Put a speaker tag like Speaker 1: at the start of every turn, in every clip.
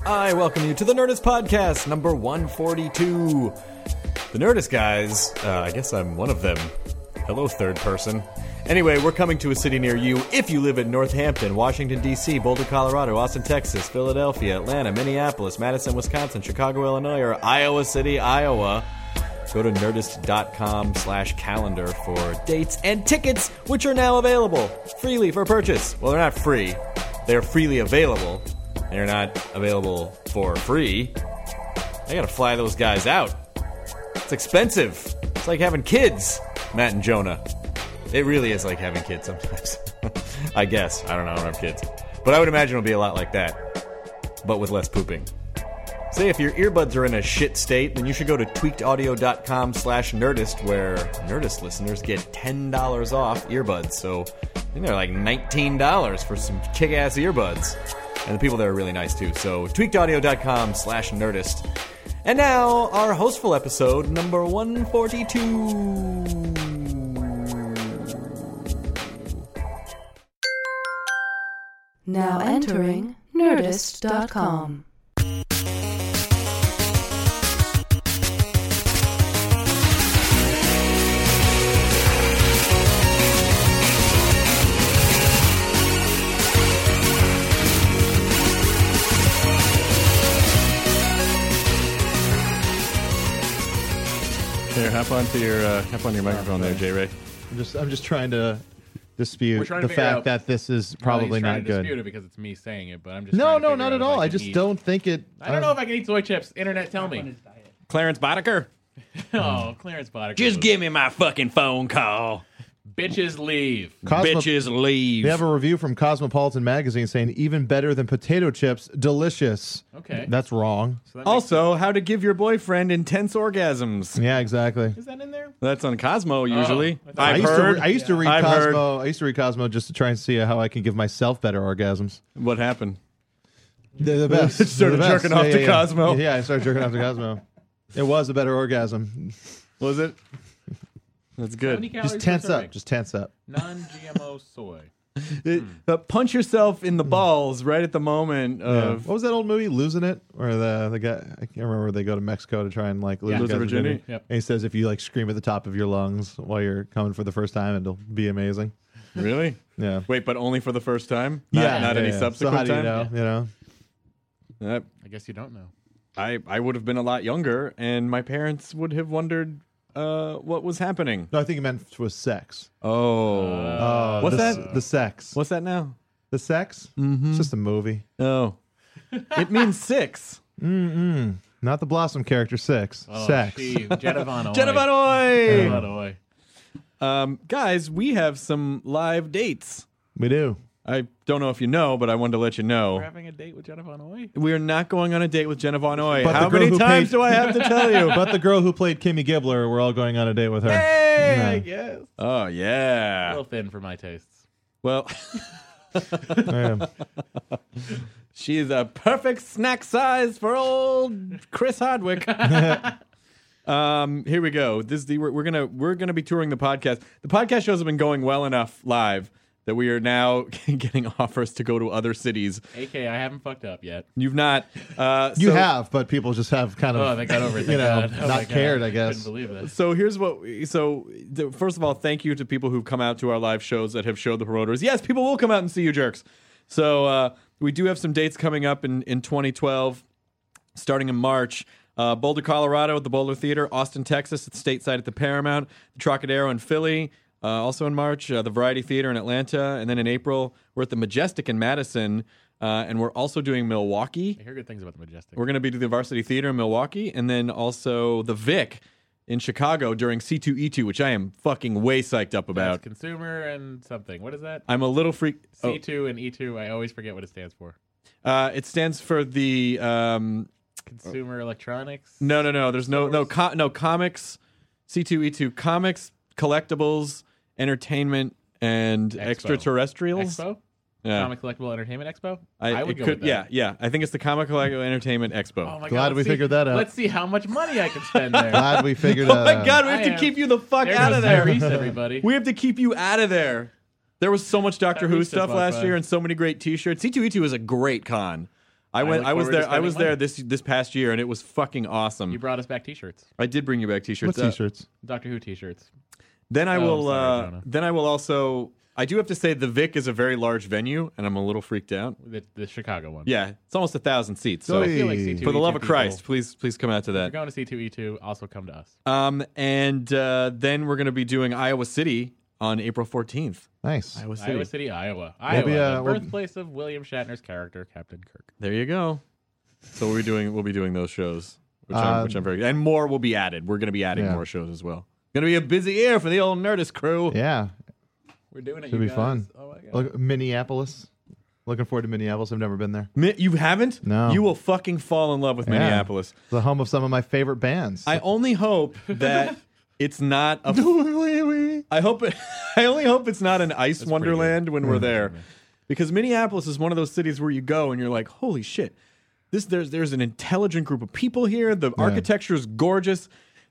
Speaker 1: I welcome you to the Nerdist Podcast, number 142. The Nerdist guys, uh, I guess I'm one of them. Hello, third person. Anyway, we're coming to a city near you if you live in Northampton, Washington, D.C., Boulder, Colorado, Austin, Texas, Philadelphia, Atlanta, Minneapolis, Madison, Wisconsin, Chicago, Illinois, or Iowa City, Iowa. Go to nerdist.com slash calendar for dates and tickets, which are now available freely for purchase. Well, they're not free, they're freely available. They're not available for free. I gotta fly those guys out. It's expensive. It's like having kids, Matt and Jonah. It really is like having kids sometimes. I guess. I don't know. I don't have kids. But I would imagine it'll be a lot like that, but with less pooping. Say if your earbuds are in a shit state, then you should go to tweakedaudio.com slash nerdist, where nerdist listeners get $10 off earbuds. So I think they're like $19 for some kick ass earbuds. And the people there are really nice too. So tweakedaudio.com slash nerdist. And now, our hostful episode number 142.
Speaker 2: Now entering Nerdist.com.
Speaker 1: Here, hop onto your uh, hop on your microphone there, J Ray.
Speaker 3: I'm just I'm just trying to dispute
Speaker 4: trying to
Speaker 3: the
Speaker 4: figure
Speaker 3: fact
Speaker 4: out-
Speaker 3: that this is
Speaker 4: Well,
Speaker 3: probably
Speaker 4: he's trying
Speaker 3: not
Speaker 4: to
Speaker 3: good.
Speaker 4: Dispute it because it's me saying it, but I'm just
Speaker 3: No,
Speaker 4: trying to
Speaker 3: no,
Speaker 4: figure
Speaker 3: not
Speaker 4: out
Speaker 3: at
Speaker 4: if
Speaker 3: all. I
Speaker 4: can
Speaker 3: just
Speaker 4: eat.
Speaker 3: don't think it.
Speaker 4: I don't know if I can eat soy chips. Internet, tell me.
Speaker 1: Clarence Boddicker.
Speaker 4: Oh, Clarence Boddicker.
Speaker 5: Just
Speaker 4: was-
Speaker 5: give me my fucking phone call.
Speaker 4: bitches leave.
Speaker 3: Cosmo-
Speaker 5: Bitches leave.
Speaker 3: They have a review from Cosmopolitan magazine saying even better than potato chips, delicious.
Speaker 4: Okay.
Speaker 3: that's wrong.
Speaker 1: Also, how to give your boyfriend intense orgasms.
Speaker 3: Yeah, exactly.
Speaker 4: Is that in there?
Speaker 1: That's on Cosmo usually.
Speaker 4: Oh. I thought-
Speaker 3: I
Speaker 1: I've
Speaker 3: used
Speaker 1: heard.
Speaker 3: to re- I used to read
Speaker 1: I've heard.
Speaker 3: Cosmo. I used to read Cosmo just to try and see how I can give myself better orgasms.
Speaker 1: What happened?
Speaker 3: They're the best.
Speaker 1: Just started
Speaker 3: They're the best.
Speaker 1: jerking off
Speaker 3: Yeah,
Speaker 1: to
Speaker 3: yeah, yeah.
Speaker 1: Cosmo.
Speaker 3: Yeah, I started jerking off to Cosmo. It was a better orgasm.
Speaker 1: Was it? That's
Speaker 4: How many
Speaker 1: good.
Speaker 4: calories
Speaker 3: Just
Speaker 4: per
Speaker 3: tense up.
Speaker 4: serving?
Speaker 3: Just tense up.
Speaker 4: non-GMO soy.
Speaker 1: It- uh, punch yourself in the balls right at the moment
Speaker 3: Mm. Yeah.
Speaker 1: of
Speaker 3: What was that old movie, Losing It, or the the guy? I can't remember. They go to Mexico to try and like lose
Speaker 1: Lose
Speaker 3: the
Speaker 1: their
Speaker 3: guy's
Speaker 1: virginity?
Speaker 4: Yep.
Speaker 3: And he says if you like scream at the top of your lungs while you're coming for the first time, it'll be amazing.
Speaker 1: really.
Speaker 3: Yeah.
Speaker 1: Wait, but only for the first time. Not,
Speaker 3: yeah,
Speaker 1: not
Speaker 3: yeah,
Speaker 1: any
Speaker 3: yeah.
Speaker 1: subsequent
Speaker 3: so how do
Speaker 1: time.
Speaker 3: You know, you know,
Speaker 1: That-
Speaker 4: I guess you don't know.
Speaker 1: I I would have been a lot younger, and my parents would have wondered uh, what was happening.
Speaker 3: no, I think it meant was sex.
Speaker 1: Oh,
Speaker 3: Oh,
Speaker 1: What's
Speaker 3: the,
Speaker 1: that?
Speaker 3: The sex.
Speaker 1: what's that now?
Speaker 3: the sex?
Speaker 1: Mm-hmm.
Speaker 3: It's just a movie,
Speaker 1: Oh, it means six.
Speaker 3: not the Blossom character. Six.
Speaker 4: Oh,
Speaker 3: sex.
Speaker 4: gee, Jenna Von Oy.
Speaker 1: Jenna Van Oy!
Speaker 3: Oh.
Speaker 4: Jenna Von Oy.
Speaker 1: Um, guys, we have some live dates.
Speaker 3: We do.
Speaker 1: I don't know if you know, but I wanted to let you
Speaker 4: We're
Speaker 1: know.
Speaker 4: having a date with Jenna Von Oy.
Speaker 1: We are not going on a date with Jenna Von Oy.
Speaker 3: But the
Speaker 1: How
Speaker 3: girl
Speaker 1: many
Speaker 3: who
Speaker 1: times
Speaker 3: paid-
Speaker 1: do I have to tell you?
Speaker 3: But the girl who played Kimmy Gibbler, we're all going on a date with her.
Speaker 4: Hey,
Speaker 3: Yeah.
Speaker 4: I guess.
Speaker 1: Oh,
Speaker 3: Ah.
Speaker 4: A
Speaker 1: yeah.
Speaker 4: little thin for my tastes.
Speaker 1: Well,
Speaker 3: Yeah.
Speaker 1: she's a perfect snack size for old Chris Hardwick. um, here we go. This is the, we're, we're gonna we're gonna be touring the podcast. The podcast shows have been going well enough live that we are now getting offers to go to other cities.
Speaker 4: AK, I haven't fucked up yet.
Speaker 1: You've not. Uh,
Speaker 3: You
Speaker 1: so-
Speaker 3: have, but people just have kind
Speaker 4: Oh,
Speaker 3: of
Speaker 4: they got over it.
Speaker 3: you know,
Speaker 4: thank God. Oh,
Speaker 3: not
Speaker 4: my God.
Speaker 3: cared, I guess.
Speaker 4: Couldn't believe this.
Speaker 1: So here's what. We, so th- first of all, thank you to people who've come out to our live shows that have showed the promoters. Yes, people will come out and see you, jerks. So uh, we do have some dates coming up in in 2012, starting in March. Uh, Boulder, Colorado at the Boulder Theater, Austin, Texas at the Stateside at the Paramount, the Trocadero in Philly, uh, also in March, uh, the Variety Theater in Atlanta, and then in April we're at the Majestic in Madison, uh, and we're also doing Milwaukee.
Speaker 4: I hear good things about the Majestic.
Speaker 1: We're going to be to the Varsity Theater in Milwaukee and then also the Vic in Chicago during C2E2, which I am fucking way psyched up
Speaker 4: That's
Speaker 1: about.
Speaker 4: consumer and something. What is that?
Speaker 1: I'm a little freak. Oh,
Speaker 4: C2 and E2. I always forget what it stands for.
Speaker 1: uh, it stands for the um,
Speaker 4: Consumer electronics.
Speaker 1: no, no, no. There's no no co- no comics. C2E2 comics, collectibles, entertainment, and
Speaker 4: Expo.
Speaker 1: extraterrestrials.
Speaker 4: Expo?
Speaker 1: Yeah,
Speaker 4: Comic Collectible Entertainment Expo?
Speaker 1: I,
Speaker 4: would
Speaker 1: it
Speaker 4: go
Speaker 1: could.
Speaker 4: with
Speaker 1: Yeah,
Speaker 4: that.
Speaker 1: yeah. I think it's the Comic Collectible Entertainment Expo.
Speaker 4: Oh my
Speaker 3: Glad
Speaker 4: God,
Speaker 3: we
Speaker 4: let's
Speaker 3: figured
Speaker 4: see-
Speaker 3: that out.
Speaker 4: Let's see how much money I can spend there.
Speaker 3: Glad we figured
Speaker 1: Oh
Speaker 3: out. uh,
Speaker 1: my god, we have
Speaker 4: I
Speaker 1: to
Speaker 4: am-
Speaker 1: keep you the fuck
Speaker 4: there
Speaker 1: out
Speaker 4: goes
Speaker 1: of there.
Speaker 4: Tyrese, everybody.
Speaker 1: We have to keep you out of there. There was so much Doctor
Speaker 4: Tyrese
Speaker 1: Who
Speaker 4: just
Speaker 1: stuff
Speaker 4: walked
Speaker 1: last
Speaker 4: by.
Speaker 1: E year and so many great t shirts. C2E2 is a great con. I went.
Speaker 4: look
Speaker 1: I was
Speaker 4: forward to
Speaker 1: there. I was
Speaker 4: spending
Speaker 1: there
Speaker 4: money.
Speaker 1: this this past year, and it was fucking
Speaker 4: You
Speaker 1: awesome.
Speaker 4: brought us back T-shirts,
Speaker 1: I did bring you back
Speaker 3: What
Speaker 1: t-shirts. Uh,
Speaker 3: t-shirts?
Speaker 4: Doctor Who T-shirts.
Speaker 1: Then I
Speaker 4: Oh,
Speaker 1: will.
Speaker 4: sorry,
Speaker 1: uh,
Speaker 4: Jonah.
Speaker 1: then I will also. I do have to say the Vic is a very large venue, and I'm a little freaked out.
Speaker 4: The, the Chicago one.
Speaker 1: Yeah, it's almost a thousand seats. So
Speaker 3: Oy.
Speaker 4: I feel like C2E2
Speaker 1: for the love of
Speaker 4: E people-
Speaker 1: Christ, please please come out to
Speaker 4: If
Speaker 1: that.
Speaker 4: you're going to C2E2, also come to us.
Speaker 1: Um, and uh, then we're going to be doing Iowa City on April 14th.
Speaker 3: Nice.
Speaker 1: Iowa City.
Speaker 4: Iowa City, Iowa. Iowa,
Speaker 3: Maybe, uh,
Speaker 4: the
Speaker 3: we'll-
Speaker 4: birthplace of William Shatner's character, Captain Kirk.
Speaker 1: There you go. So we'll be doing we'll be doing those shows, which, I'm,
Speaker 3: Um,
Speaker 1: which I'm very and more will be added. We're going to be adding
Speaker 3: Yeah.
Speaker 1: more shows as well. Going to be a busy year for the old Nerdist crew.
Speaker 3: Yeah.
Speaker 4: We're doing it.
Speaker 3: Should
Speaker 4: you
Speaker 3: be
Speaker 4: guys.
Speaker 3: fun.
Speaker 4: Oh my god.
Speaker 3: Look, Minneapolis. Looking forward to Minneapolis. I've never been there.
Speaker 1: Mi- You haven't?
Speaker 3: No.
Speaker 1: You will fucking fall in love with
Speaker 3: Yeah.
Speaker 1: Minneapolis.
Speaker 3: It's the home of some of my favorite bands.
Speaker 1: I only hope that it's not a. I hope it. I only hope it's not an ice wonderland when
Speaker 3: Mm-hmm,
Speaker 1: we're there, because Minneapolis is one of those cities where you go and you're like, holy shit, this there's there's an intelligent group of people here. The architecture is gorgeous.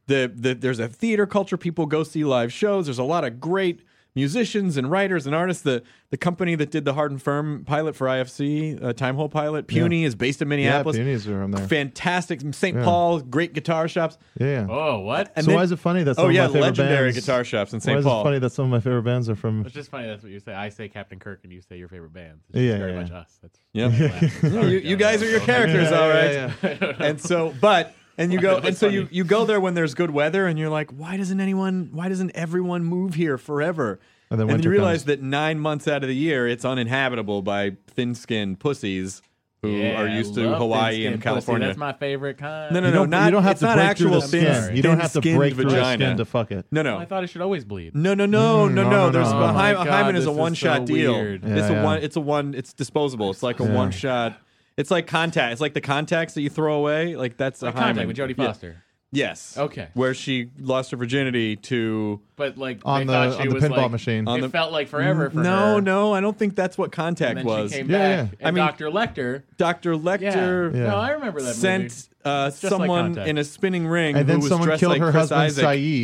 Speaker 1: The, the there's a theater culture. People go see live shows. There's a lot of great musicians and writers and artists. The the company that did the Hard and Firm pilot for IFC, uh, Time Hole pilot, Puny is based in Minneapolis.
Speaker 3: Puny's from there.
Speaker 1: Fantastic. St. Paul, great guitar shops.
Speaker 3: yeah. yeah.
Speaker 4: Oh, what?
Speaker 1: And
Speaker 3: so
Speaker 1: then-
Speaker 3: why is it funny that some
Speaker 1: oh yeah,
Speaker 3: of my favorite
Speaker 1: legendary
Speaker 3: bands,
Speaker 1: guitar shops in
Speaker 3: Why
Speaker 1: St.
Speaker 3: is
Speaker 1: Paul.
Speaker 3: it funny that some of my favorite bands are from?
Speaker 4: It's just funny. That's what you say. I say Captain Kirk, and you say your favorite band. It's
Speaker 3: Yeah,
Speaker 4: just very
Speaker 3: yeah,
Speaker 4: much
Speaker 3: yeah.
Speaker 4: us. That's
Speaker 1: Yeah. No, you, you guys are your characters, all right.
Speaker 3: yeah,
Speaker 1: And so, but and you go
Speaker 4: Oh, That's
Speaker 1: and so you
Speaker 4: funny.
Speaker 1: you go there when there's good weather, and you're like, why doesn't anyone? Why doesn't everyone move here forever?
Speaker 3: And then
Speaker 1: you
Speaker 3: winter
Speaker 1: realize
Speaker 3: comes.
Speaker 1: that nine months out of the year, it's uninhabitable by thin-skinned pussies who
Speaker 4: Yeah,
Speaker 1: are
Speaker 4: I
Speaker 1: used
Speaker 4: love
Speaker 1: to
Speaker 4: thin
Speaker 1: Hawaii
Speaker 4: skin
Speaker 1: and
Speaker 4: pussy.
Speaker 1: California.
Speaker 4: That's my favorite kind.
Speaker 1: no, no,
Speaker 3: You
Speaker 1: no,
Speaker 3: don't,
Speaker 1: not,
Speaker 3: you don't have
Speaker 1: it's
Speaker 3: to
Speaker 1: not
Speaker 3: break through
Speaker 1: actual
Speaker 3: the
Speaker 1: thin,
Speaker 3: skin. You don't have to
Speaker 1: thin-skinned
Speaker 3: break through the
Speaker 1: vagina.
Speaker 3: skin to fuck it.
Speaker 1: No, no.
Speaker 4: I thought it should always bleed.
Speaker 1: No, no, no, no,
Speaker 3: Mm, no,
Speaker 1: no.
Speaker 3: no,
Speaker 1: There's
Speaker 3: no.
Speaker 1: a Hy-
Speaker 4: Oh my
Speaker 1: Hyman
Speaker 4: God,
Speaker 1: is a
Speaker 4: this is
Speaker 1: one shot
Speaker 4: so
Speaker 1: deal.
Speaker 4: weird.
Speaker 1: it's a
Speaker 3: Yeah,
Speaker 1: one.
Speaker 3: yeah.
Speaker 1: It's a one. It's disposable. It's like a
Speaker 3: Yeah.
Speaker 1: one shot. It's like contact. It's like the contacts that you throw away. Like that's
Speaker 4: Like
Speaker 1: a Hyman
Speaker 4: contact with Jodie
Speaker 1: Yeah.
Speaker 4: Foster.
Speaker 1: Yes.
Speaker 4: Okay.
Speaker 1: Where she lost her virginity to.
Speaker 4: But like
Speaker 3: On
Speaker 4: they
Speaker 3: the-
Speaker 4: thought she
Speaker 3: on the
Speaker 4: was,
Speaker 3: pinball
Speaker 4: like-
Speaker 3: machine.
Speaker 1: On
Speaker 4: It
Speaker 1: the-
Speaker 4: felt like forever for
Speaker 1: no,
Speaker 4: her.
Speaker 1: no, I don't think that's what contact
Speaker 4: And then
Speaker 1: was.
Speaker 4: she came
Speaker 3: Yeah,
Speaker 4: back,
Speaker 1: yeah.
Speaker 4: and
Speaker 1: I mean-
Speaker 4: Dr. Lecter.
Speaker 1: Dr.
Speaker 4: Yeah.
Speaker 1: Lecter
Speaker 3: Yeah.
Speaker 4: No, I remember that movie.
Speaker 1: sent uh,
Speaker 4: just like
Speaker 1: someone
Speaker 4: Contact.
Speaker 1: in a spinning ring
Speaker 3: And
Speaker 1: who
Speaker 3: then
Speaker 1: was
Speaker 3: someone
Speaker 1: dressed
Speaker 3: killed
Speaker 1: like
Speaker 3: her
Speaker 1: Chris
Speaker 3: husband
Speaker 1: Isaac.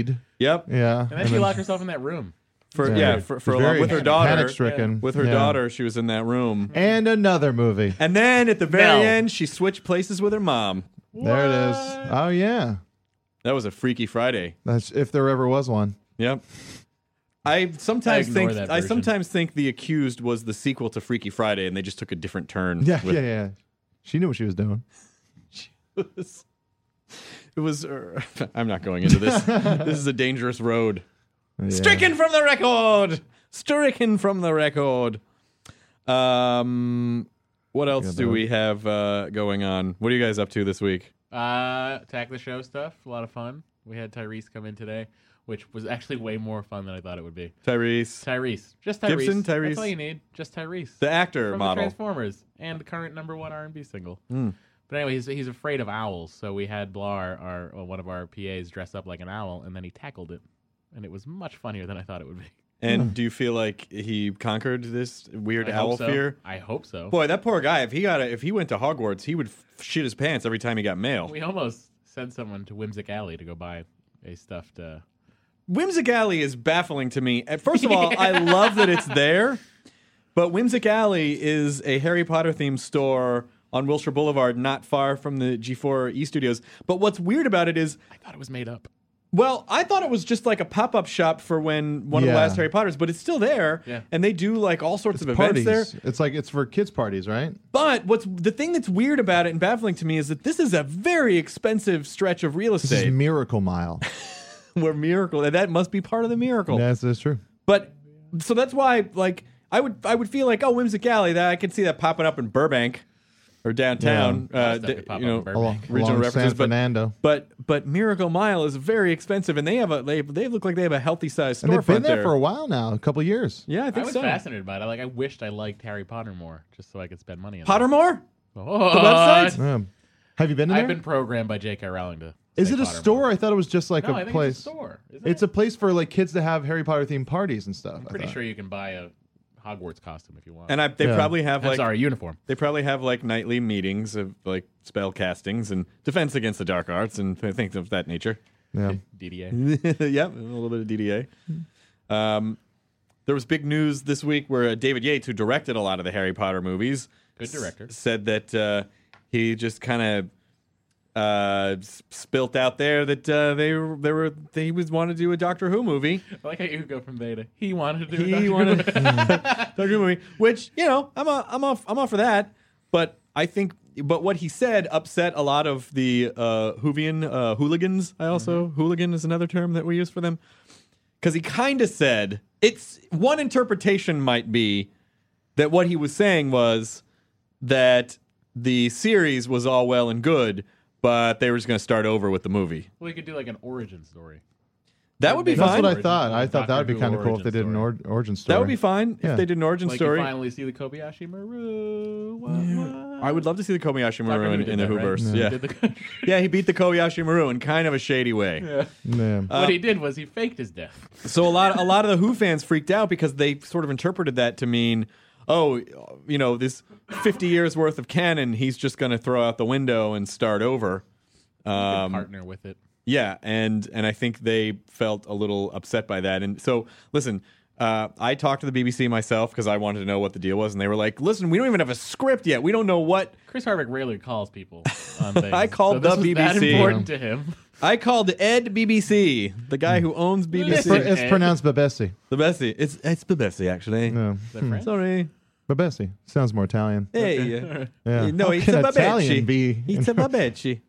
Speaker 3: Said.
Speaker 1: Yep.
Speaker 3: Yeah.
Speaker 4: And then she locked herself in that room.
Speaker 1: For yeah, for, for
Speaker 3: She's
Speaker 1: a lot-
Speaker 3: very
Speaker 1: with her daughter.
Speaker 3: panic-stricken.
Speaker 1: With her
Speaker 3: Yeah.
Speaker 1: daughter, she was in that room.
Speaker 3: And another movie.
Speaker 1: And then at the very
Speaker 4: Mel.
Speaker 1: end, she switched places with her mom.
Speaker 3: There it is. Oh yeah.
Speaker 1: That was a freaky Friday.
Speaker 3: That's if there ever was one.
Speaker 1: Yep. I sometimes
Speaker 4: I ignore
Speaker 1: think
Speaker 4: that
Speaker 1: I
Speaker 4: version.
Speaker 1: sometimes think the accused was the sequel to Freaky Friday, and they just took a different turn.
Speaker 3: Yeah,
Speaker 1: with-
Speaker 3: yeah, yeah. She knew what she was doing.
Speaker 1: It was. er, I'm not going into this. this is a dangerous road.
Speaker 3: Yeah.
Speaker 1: Stricken from the record. Stricken from the record. Um, what else do
Speaker 3: that
Speaker 1: we have uh, going on? What are you guys up to this week?
Speaker 4: Uh, attack the show stuff. A lot of fun. We had Tyrese come in today, which was actually way more fun than I thought it would be.
Speaker 1: Tyrese,
Speaker 4: Tyrese, just Tyrese.
Speaker 1: Gibson, Tyrese.
Speaker 4: That's all you need. Just Tyrese.
Speaker 1: the actor
Speaker 4: from the
Speaker 1: model.
Speaker 4: Transformers and the current number one R and B single. But anyway, he's, he's afraid of owls, so we had Blar, our well, one of our PAs, dress up like an owl, and then he tackled it, and it was much funnier than I thought it would be.
Speaker 3: Hmm.
Speaker 1: and do you feel like he conquered this weird
Speaker 4: I hope
Speaker 1: owl
Speaker 4: so.
Speaker 1: fear?
Speaker 4: I hope so.
Speaker 1: Boy, that poor guy. If he got a, if he went to Hogwarts, he would f- shit his pants every time he got mail.
Speaker 4: We almost sent someone to Whimsic Alley to go buy a stuffed. Uh,
Speaker 1: Whimsic Alley is baffling to me. Uh, First of all, I love that it's there, but Whimsic Alley is a Harry Potter themed store on Wilshire Boulevard, not far from the G4 E Studios. But what's weird about it is,
Speaker 4: I thought it was made up.
Speaker 1: well, I thought it was just like a pop up shop for when one of the
Speaker 3: Yeah.
Speaker 1: last Harry Potters, but it's still there,
Speaker 4: Yeah.
Speaker 1: and they do like all sorts of events
Speaker 3: parties.
Speaker 1: there.
Speaker 3: It's like it's for kids' parties, right?
Speaker 1: But what's the thing that's weird about it and baffling to me is that this is a very expensive stretch of real
Speaker 3: This is
Speaker 1: estate.
Speaker 3: Miracle Mile.
Speaker 1: where miracle and that must be part of the miracle
Speaker 3: That's that's true.
Speaker 1: but so that's why like i would i would feel like oh whimsic alley that i could see that popping up in burbank or downtown uh,
Speaker 4: Stuff
Speaker 1: d-
Speaker 4: could pop
Speaker 1: you
Speaker 4: up
Speaker 1: know
Speaker 4: in Burbank.
Speaker 3: Along,
Speaker 1: Regional
Speaker 3: along
Speaker 1: references,
Speaker 3: San
Speaker 1: but-
Speaker 3: Fernando.
Speaker 1: but but miracle mile is very expensive and they have a they, they look like they have a healthy sized
Speaker 3: And
Speaker 1: storefront
Speaker 3: they've been there, for a while now, a couple years.
Speaker 1: yeah i
Speaker 4: I
Speaker 1: think
Speaker 4: was
Speaker 1: so
Speaker 4: fascinated by it. I, like I wished I liked Harry Potter more, just so I could spend money on it.
Speaker 1: pottermore
Speaker 4: Oh,
Speaker 1: the website
Speaker 3: Yeah. Have you been in
Speaker 4: I've
Speaker 3: there?
Speaker 4: been programmed by J.K. Rowling to.
Speaker 3: Is
Speaker 4: say
Speaker 3: it a
Speaker 4: Pottermore.
Speaker 3: store? I thought it was just like
Speaker 4: No,
Speaker 3: a
Speaker 4: I think
Speaker 3: place.
Speaker 4: it's a store. isn't
Speaker 3: It's
Speaker 4: it?
Speaker 3: a place for like kids to have Harry Potter themed parties and stuff.
Speaker 4: I'm pretty sure you can buy a Hogwarts costume if you want.
Speaker 1: and I, they
Speaker 3: Yeah.
Speaker 1: probably have
Speaker 4: I'm
Speaker 1: like
Speaker 4: sorry, uniform.
Speaker 1: they probably have like nightly meetings of like spell castings and defense against the dark arts and th- things of that nature
Speaker 3: Yeah.
Speaker 4: DDA.
Speaker 1: yep, a little bit of DDA. Um, there was big news this week where uh, David Yates, who directed a lot of the Harry Potter movies,
Speaker 4: Good director.
Speaker 1: s- said that uh, He just kind of uh, s- spilt out there that uh, they were- they were they was wanted to do a Doctor Who movie.
Speaker 4: I like how you go from beta. He wanted to do
Speaker 1: He
Speaker 4: Doctor
Speaker 1: wanted
Speaker 4: Who.
Speaker 1: Doctor Who movie, which you know I'm a, I'm off I'm off for that, but I think but what he said upset a lot of the uh, Hoovian uh, hooligans. I also hooligan is another term that we use for them because he kind of said it's one interpretation might be that what he was saying was that the series was all well and good, but they were just going to start over with the movie.
Speaker 4: Well, you could do like an origin story.
Speaker 1: That would be
Speaker 4: That's
Speaker 3: That's
Speaker 1: fine.
Speaker 3: what I
Speaker 4: Origin
Speaker 3: thought.
Speaker 4: story.
Speaker 3: I thought that would be
Speaker 4: Doctor Who
Speaker 3: kind of cool if they did
Speaker 4: origin
Speaker 3: an or- origin story.
Speaker 1: that would be fine
Speaker 3: Yeah.
Speaker 1: if they did an origin
Speaker 4: Like
Speaker 1: story.
Speaker 4: you finally see the Kobayashi Maru. Wah, wah.
Speaker 1: I would love to see the Kobayashi
Speaker 4: Doctor
Speaker 1: Maru
Speaker 4: Who
Speaker 1: in,
Speaker 4: did
Speaker 1: in the
Speaker 4: that, right?
Speaker 1: Hooverse.
Speaker 4: He
Speaker 1: Yeah.
Speaker 4: did the-
Speaker 1: Yeah, he beat the Kobayashi Maru in kind of a shady way.
Speaker 3: Yeah.
Speaker 4: what he did was he faked his death.
Speaker 1: So a lot a lot of the Who fans freaked out because they sort of interpreted that to mean, oh, you know, this 50 years worth of canon, he's just going to throw out the window and start over.
Speaker 4: Um,
Speaker 1: Um,
Speaker 4: partner with it.
Speaker 1: yeah, and and I think they felt a little upset by that. And so, listen, uh, I talked to the BBC myself because I wanted to know what the deal was, and they were like, "Listen, we don't even have a script yet. We don't know what."
Speaker 4: Chris Harvick rarely calls people on things.
Speaker 1: I called
Speaker 4: so this
Speaker 1: the
Speaker 4: was That
Speaker 1: BBC.
Speaker 4: important to him.
Speaker 1: I called Ed BBC, the guy who owns
Speaker 3: It's, pr-
Speaker 1: BBC.
Speaker 3: it's pronounced Babessi.
Speaker 1: The Bessie. It's it's BBC actually.
Speaker 3: No.
Speaker 4: Is that
Speaker 1: Hmm.
Speaker 4: French?
Speaker 1: Sorry.
Speaker 3: Babessi. Sounds more Italian.
Speaker 1: Hey.
Speaker 3: Yeah.
Speaker 1: No,
Speaker 3: How
Speaker 1: it's
Speaker 3: can
Speaker 1: a
Speaker 3: Italian
Speaker 1: babecci.
Speaker 3: be?
Speaker 1: It's a babecci.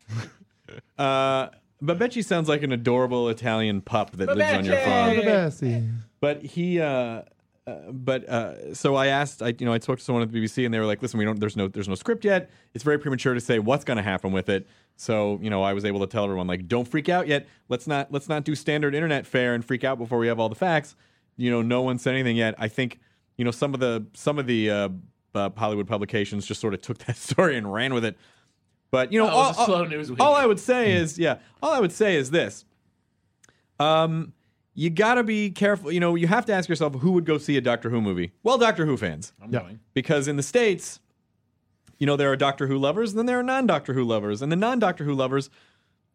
Speaker 1: uh, babecci sounds like an adorable Italian pup that lives on your farm.
Speaker 3: Babessi.
Speaker 1: But he, uh, uh, but uh, so I asked, I you know, I talked to someone at the BBC, and they were like, "Listen, we don't. There's no. There's no script yet. It's very premature to say what's going to happen with it." So you know, I was able to tell everyone like, "Don't freak out yet. Let's not. Let's not do standard internet fare and freak out before we have all the facts." You know, no one said anything yet. I think you know some of the some of the uh, uh, Hollywood publications just sort of took that story and ran with it. But you know,
Speaker 4: That
Speaker 1: all,
Speaker 4: was a slow news Hmm. week.
Speaker 1: all I would say is, yeah, all I would say is this. Um, you gotta be careful. You know, you have to ask yourself who would go see a Doctor Who movie. Well, Doctor Who fans,
Speaker 4: I'm
Speaker 3: Yeah.
Speaker 4: going.
Speaker 1: because in the states, you know, there are Doctor Who lovers, and then there are non-Doctor Who lovers, and the non-Doctor Who lovers.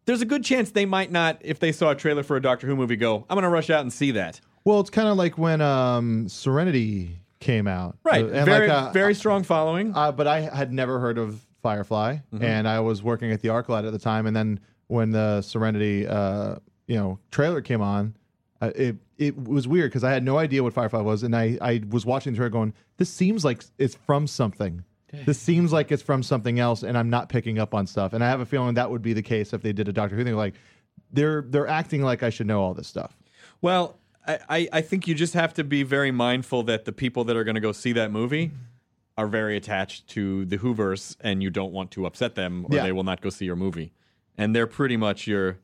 Speaker 1: There's a good chance they might not, if they saw a trailer for a Doctor Who movie, go, "I'm gonna rush out and see that."
Speaker 3: Well, it's kind of like when um, Serenity came out.
Speaker 1: Right?
Speaker 3: Uh, and
Speaker 1: very,
Speaker 3: like, uh,
Speaker 1: very strong following.
Speaker 3: uh, but I had never heard of Firefly,
Speaker 1: Mm-hmm.
Speaker 3: and I was working at the ArcLight at the time. And then when the Serenity, uh, you know, trailer came on, uh, it it was weird because I had no idea what Firefly was, and I I was watching the trailer going, this seems like it's from something. This seems like it's from something else, and I'm not picking up on stuff. And I have a feeling that would be the case if they did a Doctor Who thing. Like, they're they're acting like I should know all this stuff.
Speaker 1: Well, I, I, I think you just have to be very mindful that the people that are going to go see that movie are very attached to the Hoovers, and you don't want to upset them, or
Speaker 3: Yeah.
Speaker 1: they will not go see your movie. And they're pretty much your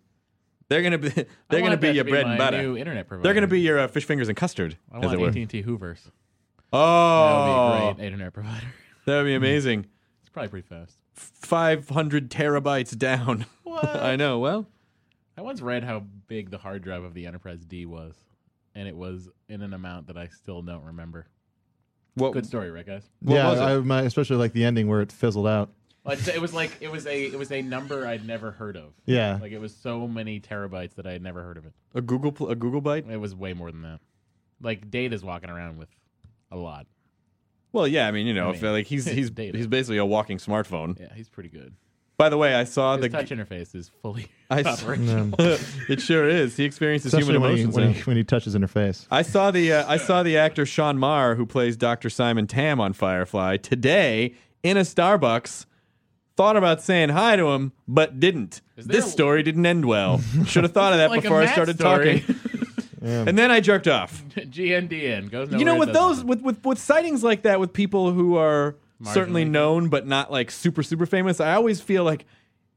Speaker 1: they're going to be they're
Speaker 4: I
Speaker 1: going to
Speaker 4: want
Speaker 1: be
Speaker 4: that
Speaker 1: your
Speaker 4: to
Speaker 1: bread
Speaker 4: my
Speaker 1: and butter.
Speaker 4: New internet provider.
Speaker 1: they're going to be your uh, fish fingers and custard,
Speaker 4: I
Speaker 1: as it
Speaker 4: want
Speaker 1: were.
Speaker 4: AT&T Hoovers. That would be a
Speaker 1: Oh,
Speaker 4: great internet provider.
Speaker 1: that would be amazing.
Speaker 4: It's probably pretty fast.
Speaker 1: Five hundred terabytes down. I know. Well,
Speaker 4: I once read how big the hard drive of the Enterprise D was, and it was in an amount that I still don't remember.
Speaker 1: what
Speaker 4: Good story, right, guys?
Speaker 1: What
Speaker 3: yeah,
Speaker 1: was it?
Speaker 3: I, my, especially like the ending where it fizzled out.
Speaker 4: Well, I'd say it was like it was a it was a number I'd never heard of.
Speaker 3: Yeah,
Speaker 4: Like it was so many terabytes that I had never heard of it.
Speaker 1: a Google pl- a Google byte?
Speaker 4: It was way more than that. Like data's walking around with a lot.
Speaker 1: Well, yeah. I mean, you know, if,
Speaker 4: mean,
Speaker 1: like he's he's
Speaker 4: data.
Speaker 1: he's basically a walking smartphone.
Speaker 4: Yeah, he's pretty good.
Speaker 1: By the way, I saw
Speaker 4: His
Speaker 1: the
Speaker 4: touch interface is fully
Speaker 1: I s-
Speaker 4: operational.
Speaker 1: it sure is. He experiences
Speaker 3: especially
Speaker 1: human
Speaker 3: when he,
Speaker 1: emotions.
Speaker 3: when,
Speaker 1: now.
Speaker 3: he, when he touches in her face.
Speaker 1: I saw the uh, I saw the actor Sean Marr who plays Dr. Simon Tam on Firefly today in a Starbucks. Thought about saying hi to him, but didn't.
Speaker 4: Is there
Speaker 1: This
Speaker 4: a-
Speaker 1: story didn't end well. Should have thought of that
Speaker 4: Like a
Speaker 1: before I
Speaker 4: Matt
Speaker 1: started
Speaker 4: story.
Speaker 1: talking. And then I jerked off.
Speaker 4: GNDN goes nowhere.
Speaker 1: you know,
Speaker 4: it
Speaker 1: with
Speaker 4: doesn't.
Speaker 1: those with, with with sightings like that with people who are certainly
Speaker 4: Marginally.
Speaker 1: known but not like super super famous, I always feel like,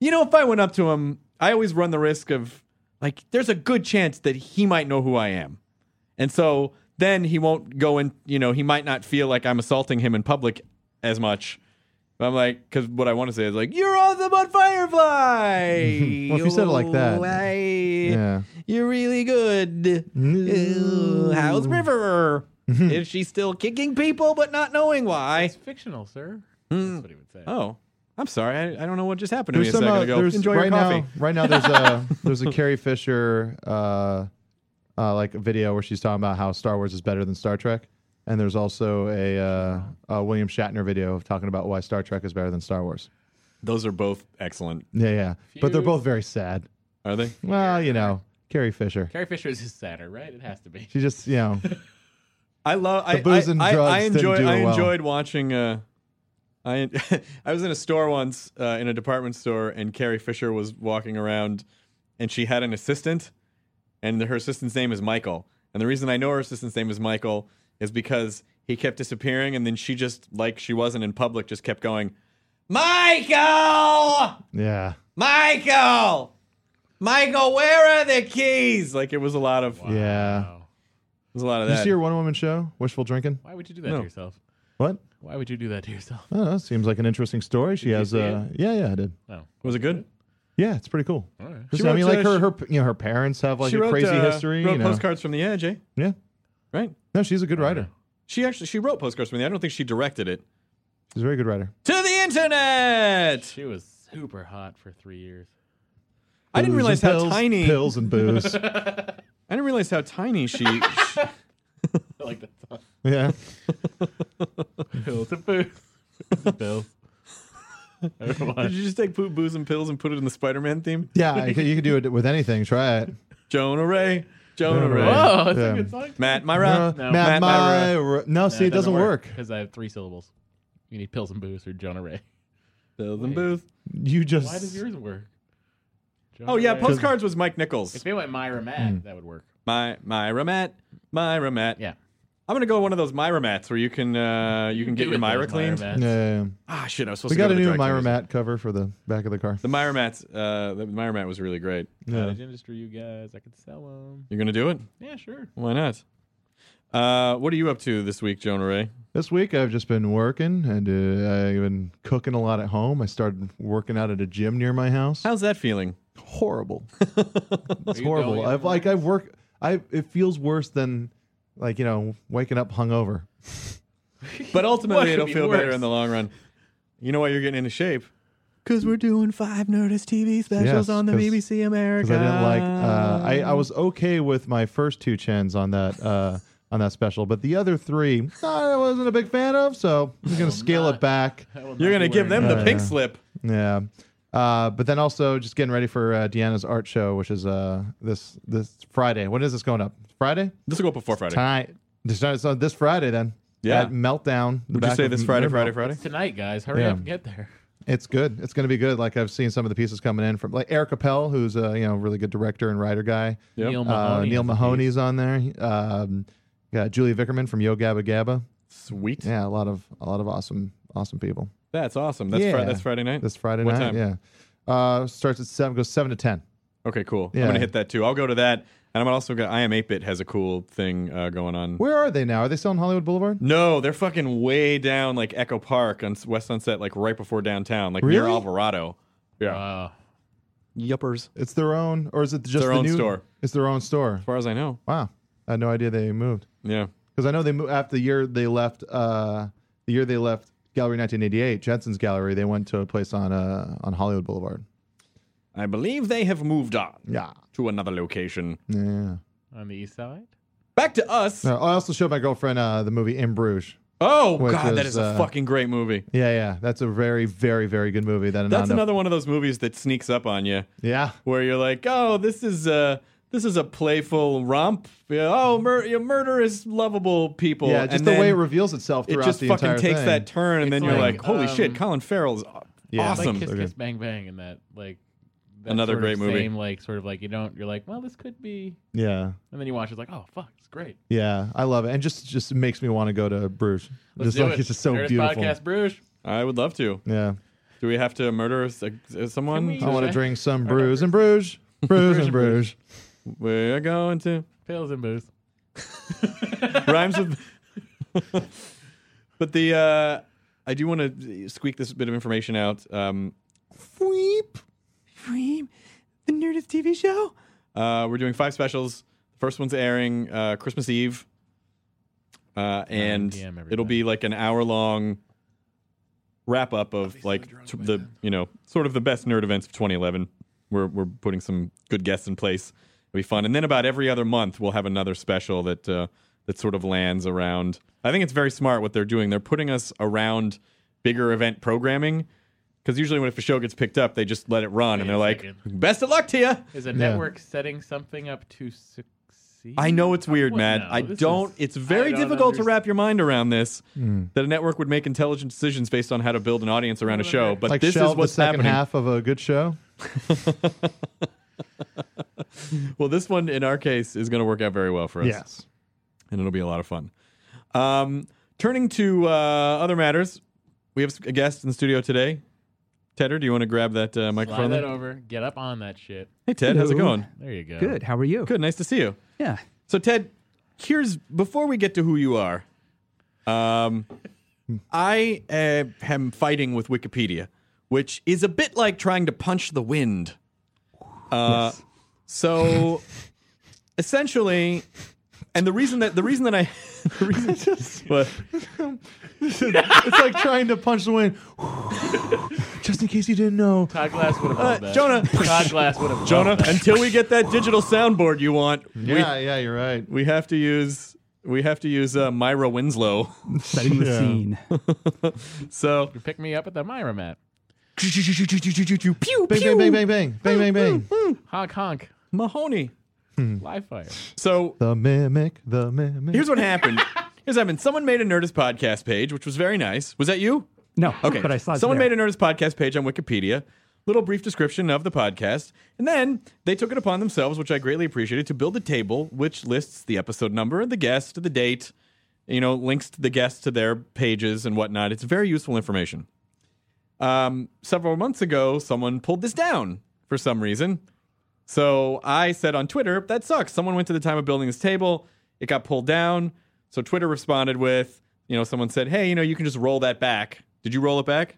Speaker 1: you know, if I went up to him, I always run the risk of like there's a good chance that he might know who I am. And so then he won't go and, you know, he might not feel like I'm assaulting him in public as much. But I'm like, because what I want to say is like, you're awesome on Firefly.
Speaker 3: Well, if you said it like that,
Speaker 1: Oh, I-
Speaker 3: yeah.
Speaker 1: You're really good.
Speaker 3: Mm.
Speaker 1: Ooh, how's River?
Speaker 3: Mm-hmm.
Speaker 1: Is she still kicking people but not knowing why?
Speaker 4: It's fictional, sir. That's what he would say.
Speaker 1: Oh, I'm sorry. I, I don't know what just happened to
Speaker 3: There's
Speaker 1: me a
Speaker 3: some.
Speaker 1: second
Speaker 3: uh,
Speaker 1: ago.
Speaker 3: there's
Speaker 1: Enjoy
Speaker 3: right
Speaker 1: your coffee.
Speaker 3: now. Right now, there's a there's a Carrie Fisher uh, uh, like video where she's talking about how Star Wars is better than Star Trek, and there's also a, uh, a William Shatner video of talking about why Star Trek is better than Star Wars.
Speaker 1: Those are both excellent.
Speaker 3: Yeah, yeah. But they're
Speaker 4: Phew.
Speaker 3: both very sad.
Speaker 1: Are they?
Speaker 3: Well, you know, Carrie Fisher.
Speaker 4: Carrie Fisher is his sadder, right? It has to be.
Speaker 3: She just, you know,
Speaker 1: I love. I,
Speaker 3: The booze
Speaker 1: I-
Speaker 3: and
Speaker 1: I,
Speaker 3: drugs
Speaker 1: I
Speaker 3: didn't
Speaker 1: enjoy.
Speaker 3: do
Speaker 1: I
Speaker 3: well.
Speaker 1: enjoyed watching. Uh, I I was in a store once uh, in a department store, and Carrie Fisher was walking around, and she had an assistant, and her assistant's name is Michael. And the reason I know her assistant's name is Michael is because he kept disappearing, and then she just like she wasn't in public, just kept going, Michael,
Speaker 3: yeah,
Speaker 1: Michael, Michael, where are the keys? Like it was a lot of it
Speaker 3: yeah.
Speaker 4: Wow.
Speaker 1: was a lot of
Speaker 3: Did you
Speaker 1: that.
Speaker 3: see your one woman show, Wishful Drinking?
Speaker 4: Oh, Why would you do that
Speaker 1: No.
Speaker 4: to yourself?
Speaker 3: What?
Speaker 4: Why would you do that to yourself?
Speaker 3: I don't know. Seems like an interesting story. She
Speaker 4: you
Speaker 3: has,
Speaker 4: see
Speaker 3: uh, yeah, yeah, I did.
Speaker 4: No.
Speaker 1: was it good?
Speaker 3: Yeah, it's pretty cool.
Speaker 4: All right.
Speaker 3: Just-
Speaker 1: She
Speaker 3: I mean,
Speaker 1: wrote,
Speaker 3: like
Speaker 1: uh,
Speaker 3: her, her, you know, her parents have like
Speaker 1: she
Speaker 3: a
Speaker 1: wrote,
Speaker 3: crazy
Speaker 1: uh,
Speaker 3: history.
Speaker 1: Wrote
Speaker 3: you know.
Speaker 1: postcards from the edge, eh?
Speaker 3: Yeah.
Speaker 1: Right.
Speaker 3: No, she's a good writer.
Speaker 1: She actually she wrote postcards from the. edge. I don't think she directed it.
Speaker 3: She's a very good writer.
Speaker 1: To the internet.
Speaker 4: She was super hot for three years.
Speaker 1: I didn't
Speaker 3: Booze
Speaker 1: realize
Speaker 3: and
Speaker 1: how
Speaker 3: pills,
Speaker 1: tiny.
Speaker 3: pills and booze.
Speaker 1: I didn't realize how tiny she. she-
Speaker 4: I like that song.
Speaker 3: yeah.
Speaker 4: Bill to boo. Bill.
Speaker 1: did you just take poop, booze, and pills and put it in the Spider-Man theme?
Speaker 3: Yeah, I could- you could do it with anything. Try it.
Speaker 1: Jonah Ray. Jonah
Speaker 3: Jonah
Speaker 1: Ray.
Speaker 3: Ray.
Speaker 4: Oh, that's
Speaker 3: Yeah.
Speaker 4: a good song.
Speaker 1: Matt Myra.
Speaker 4: No.
Speaker 3: Matt,
Speaker 1: Matt Myra.
Speaker 3: Myra. No, see, it doesn't, work.
Speaker 4: Because I have three syllables. You need pills and booze or Jonah Ray.
Speaker 1: Pills and booze.
Speaker 3: You just.
Speaker 4: Why does yours work? Jonah
Speaker 1: Oh yeah,
Speaker 4: Ray.
Speaker 1: postcards was Mike Nichols.
Speaker 4: If it went Myra Matt, that would work.
Speaker 1: My Myra Matt. Myra Matt.
Speaker 4: Yeah.
Speaker 1: I'm gonna go one of those Myra mats where you can uh, you can get
Speaker 4: Do
Speaker 1: your
Speaker 4: it,
Speaker 1: Myra
Speaker 4: those
Speaker 1: cleaned.
Speaker 4: Mats.
Speaker 3: Yeah, yeah, yeah.
Speaker 1: Ah shit, I was supposed
Speaker 3: We
Speaker 1: to go
Speaker 3: got
Speaker 1: to
Speaker 3: a
Speaker 1: the
Speaker 3: new
Speaker 1: drag
Speaker 3: Myra
Speaker 1: cleaners.
Speaker 3: mat cover for the back of the car.
Speaker 1: The Myra mats. Uh, the Myra mat was really great.
Speaker 3: Yeah.
Speaker 4: Cottage industry, you guys. I could sell them.
Speaker 1: You're gonna do it.
Speaker 4: Yeah, sure.
Speaker 1: Why not? Uh, what are you up to this week, Jonah Ray?
Speaker 3: This week I've just been working and uh, I've been cooking a lot at home. I started working out at a gym near my house.
Speaker 1: How's that feeling?
Speaker 3: horrible. it's
Speaker 4: you going
Speaker 3: horrible.
Speaker 4: in
Speaker 3: I've
Speaker 4: the
Speaker 3: like I've worked. I it feels worse than like you know waking up hungover.
Speaker 1: But
Speaker 4: What
Speaker 1: ultimately,
Speaker 4: could
Speaker 1: it'll
Speaker 4: be
Speaker 1: feel better
Speaker 4: worse?
Speaker 1: in the long run. You know why you're getting into shape? Because we're doing five Nerdist TV
Speaker 3: Yes, 'cause-
Speaker 1: America.
Speaker 3: because I didn't like. Uh, I I was okay with my first two chins on that uh, on that special, but the other three I wasn't a big fan of. So I'm gonna scale
Speaker 4: not.
Speaker 3: it back.
Speaker 4: I will
Speaker 1: You're
Speaker 4: not
Speaker 1: gonna
Speaker 4: be
Speaker 1: give
Speaker 4: wearing
Speaker 1: them the
Speaker 4: that.
Speaker 1: pink slip.
Speaker 3: Yeah. Uh, but then also just getting ready for uh, Deanna's art show, which is uh this this Friday. When is this going up? Friday
Speaker 1: This will go up before Friday.
Speaker 3: tonight. This, so this Friday then.
Speaker 1: Yeah.
Speaker 3: At meltdown. the
Speaker 1: Would you
Speaker 3: back
Speaker 1: say
Speaker 3: of
Speaker 1: this Friday,
Speaker 3: Nerdville.
Speaker 1: Friday, Friday?
Speaker 4: Tonight, guys. Hurry
Speaker 3: Yeah.
Speaker 4: up and get there.
Speaker 3: It's good. It's going to be good. Like I've seen some of the pieces coming in from like Eric Appel, who's a you know really good director and writer guy.
Speaker 1: Yep.
Speaker 4: Neil
Speaker 3: Uh,
Speaker 4: Mahoney.
Speaker 3: Neil
Speaker 4: is a
Speaker 3: Mahoney's on there. He- Um, got Julia Vickerman from Yo Gabba Gabba.
Speaker 1: Sweet.
Speaker 3: Yeah, a lot of a lot of awesome awesome people.
Speaker 1: That's awesome. That's,
Speaker 3: Yeah.
Speaker 1: Fri- that's Friday night.
Speaker 3: This Friday
Speaker 1: What
Speaker 3: night.
Speaker 1: time?
Speaker 3: Yeah. Uh, starts at seven. Goes seven to ten.
Speaker 1: Okay, cool.
Speaker 3: Yeah.
Speaker 1: I'm gonna hit that too. I'll go to that, and I'm also gonna. I am 8-bit has a cool thing uh, going on.
Speaker 3: Where are they now? Are they still on Hollywood Boulevard?
Speaker 1: No, they're fucking way down like Echo Park on S- West Sunset, like right before downtown, like near
Speaker 3: Really? Uh,
Speaker 1: Alvarado.
Speaker 4: beast.
Speaker 1: Yeah.
Speaker 4: Wow.
Speaker 1: Yuppers. As
Speaker 3: It's their own, or is it just
Speaker 1: their
Speaker 3: the
Speaker 1: own
Speaker 3: new-
Speaker 1: store.
Speaker 3: It's their own store.
Speaker 1: far as I know.
Speaker 3: Wow, I had no idea they moved.
Speaker 1: Yeah.
Speaker 3: because I know they moved after the year they left. Uh, the year they left Gallery 1988, Jensen's Gallery. They went to a place on uh, on Hollywood Boulevard.
Speaker 1: I believe they have moved on
Speaker 3: Yeah,
Speaker 1: to another location.
Speaker 3: yeah.
Speaker 4: on the east side.
Speaker 1: Back to us.
Speaker 3: No, I also showed my girlfriend uh, the movie In Bruges.
Speaker 1: Oh
Speaker 3: Which
Speaker 1: god, that
Speaker 3: is,
Speaker 1: is a
Speaker 3: uh,
Speaker 1: fucking great movie.
Speaker 3: Yeah, yeah. That's a very, very, very good movie. That
Speaker 1: That's
Speaker 3: Ananda-
Speaker 1: another one of those movies that sneaks up on you
Speaker 3: Yeah,
Speaker 1: where you're like, "Oh, this is a this is a playful romp. Yeah, Oh, mur- you murderous lovable people."
Speaker 3: yeah. Just
Speaker 1: And
Speaker 3: the
Speaker 1: then
Speaker 3: way it reveals itself
Speaker 1: it
Speaker 3: throughout
Speaker 1: just
Speaker 3: the
Speaker 1: fucking
Speaker 3: entire
Speaker 1: takes
Speaker 3: thing.
Speaker 1: that turn and
Speaker 4: It's
Speaker 1: then you're
Speaker 4: like,
Speaker 1: like, "Holy shit,
Speaker 4: um,
Speaker 1: Colin Farrell's
Speaker 3: Yeah.
Speaker 4: It's
Speaker 1: awesome."
Speaker 4: Like kiss,
Speaker 3: Okay.
Speaker 4: kiss, bang, bang, and that like that
Speaker 1: Another
Speaker 4: sort
Speaker 1: great
Speaker 4: of
Speaker 1: movie.
Speaker 4: Same like sort of like you don't. You're like, well, this could be,
Speaker 3: Yeah,
Speaker 4: and then you watch. It's like, oh fuck, it's great.
Speaker 3: yeah. I love it, and just just makes me want to go to Bruges.
Speaker 4: Let's
Speaker 3: just
Speaker 4: do
Speaker 3: like
Speaker 4: it.
Speaker 3: it's just so
Speaker 4: Nerdist
Speaker 3: beautiful.
Speaker 4: Podcast Bruges.
Speaker 1: I would love to.
Speaker 3: Yeah,
Speaker 1: Do we have to murder s- uh, someone?
Speaker 4: Can
Speaker 3: I want to
Speaker 4: Okay.
Speaker 3: drink some brews in Bruges, brews in Bruges.
Speaker 1: We're going to
Speaker 4: Pills and booze.
Speaker 1: rhymes with. but the uh, I do want to squeak this bit of information out. Um, Weep, weep, the Nerdist TV show. Uh, we're doing five specials. The first one's airing uh, Christmas Eve, uh, and
Speaker 4: 9 p.m. every
Speaker 1: it'll
Speaker 4: night.
Speaker 1: be like an hour long wrap up of like t- the you know sort of the best nerd events of 2011. We're we're putting some good guests in place. It'll be fun, and then about every other month we'll have another special that uh, that sort of lands around. I think it's very smart what they're doing. They're putting us around bigger event programming Because usually when if a show gets picked up, they just let it run and
Speaker 4: Wait
Speaker 1: they're
Speaker 4: a
Speaker 1: like,
Speaker 4: second.
Speaker 1: "Best of luck to you."
Speaker 4: Is a
Speaker 3: Yeah.
Speaker 4: network setting something up to succeed?
Speaker 1: I know it's weird,
Speaker 4: wouldn't
Speaker 1: man.
Speaker 4: know.
Speaker 1: I
Speaker 4: This
Speaker 1: don't.
Speaker 4: is-
Speaker 1: it's
Speaker 4: I
Speaker 1: very
Speaker 4: don't
Speaker 1: difficult to
Speaker 4: understand.
Speaker 1: wrap your mind around this.
Speaker 3: Hmm.
Speaker 1: That a network would make intelligent decisions based on how to build an audience around a show, but
Speaker 3: like
Speaker 1: this is
Speaker 3: shelve
Speaker 1: what's
Speaker 3: the second
Speaker 1: happening.
Speaker 3: half of a good show.
Speaker 1: Well, this one in our case is going to work out very well for us.
Speaker 3: Yes.
Speaker 1: and it'll be a lot of fun. Um, turning to uh, other matters, we have a guest in the studio today. Tedder, do you want to grab that uh,
Speaker 4: Slide
Speaker 1: microphone?
Speaker 4: that
Speaker 1: there?
Speaker 4: over. Get up on that shit.
Speaker 1: Hey, Ted, how's it
Speaker 6: Hello.
Speaker 1: going?
Speaker 4: There you go.
Speaker 6: Good. How are you?
Speaker 1: Good, nice to see you.
Speaker 6: Yeah.
Speaker 1: So, Ted, here's before we get to who you are. Um, I uh, am fighting with Wikipedia, which is a bit like trying to punch the wind. Uh, So, essentially, and the reason that the reason that I the reason, what?
Speaker 3: it's like trying to punch the wind. Just in case you didn't know,
Speaker 4: Todd Glass would have
Speaker 1: Uh,
Speaker 4: loved that.
Speaker 1: Jonah.
Speaker 4: Todd Glass would have loved
Speaker 1: Jonah,
Speaker 4: that.
Speaker 1: until we get that digital soundboard you want,
Speaker 3: Yeah, yeah, you're right.
Speaker 1: we, we have to use we have to use uh, Myra Winslow.
Speaker 6: Setting the scene.
Speaker 1: So
Speaker 4: Pick me up at the Myra mat.
Speaker 3: Bang, bang, bang, bang, bang, bang, bang, bang.
Speaker 4: Honk honk.
Speaker 1: Mahoney.
Speaker 4: Live fire.
Speaker 1: So
Speaker 3: The mimic, the mimic.
Speaker 1: here's what happened. Here's what happened. Someone made a Nerdist podcast page, which was very nice. Was that you?
Speaker 6: No.
Speaker 1: Okay.
Speaker 6: But I saw it
Speaker 1: someone
Speaker 6: there.
Speaker 1: made a Nerdist podcast page on Wikipedia. Little brief description of the podcast, and then they took it upon themselves, which I greatly appreciated, to build a table which lists the episode number, the guest, the date, you know, links to the guests to their pages and whatnot. It's very useful information. Um, several months ago, someone pulled this down for some reason. So I said on Twitter, that sucks. Someone went to the time of building this table, it got pulled down. So Twitter responded with, you know, someone said, hey, you know, you can just roll that back. Did you roll it back?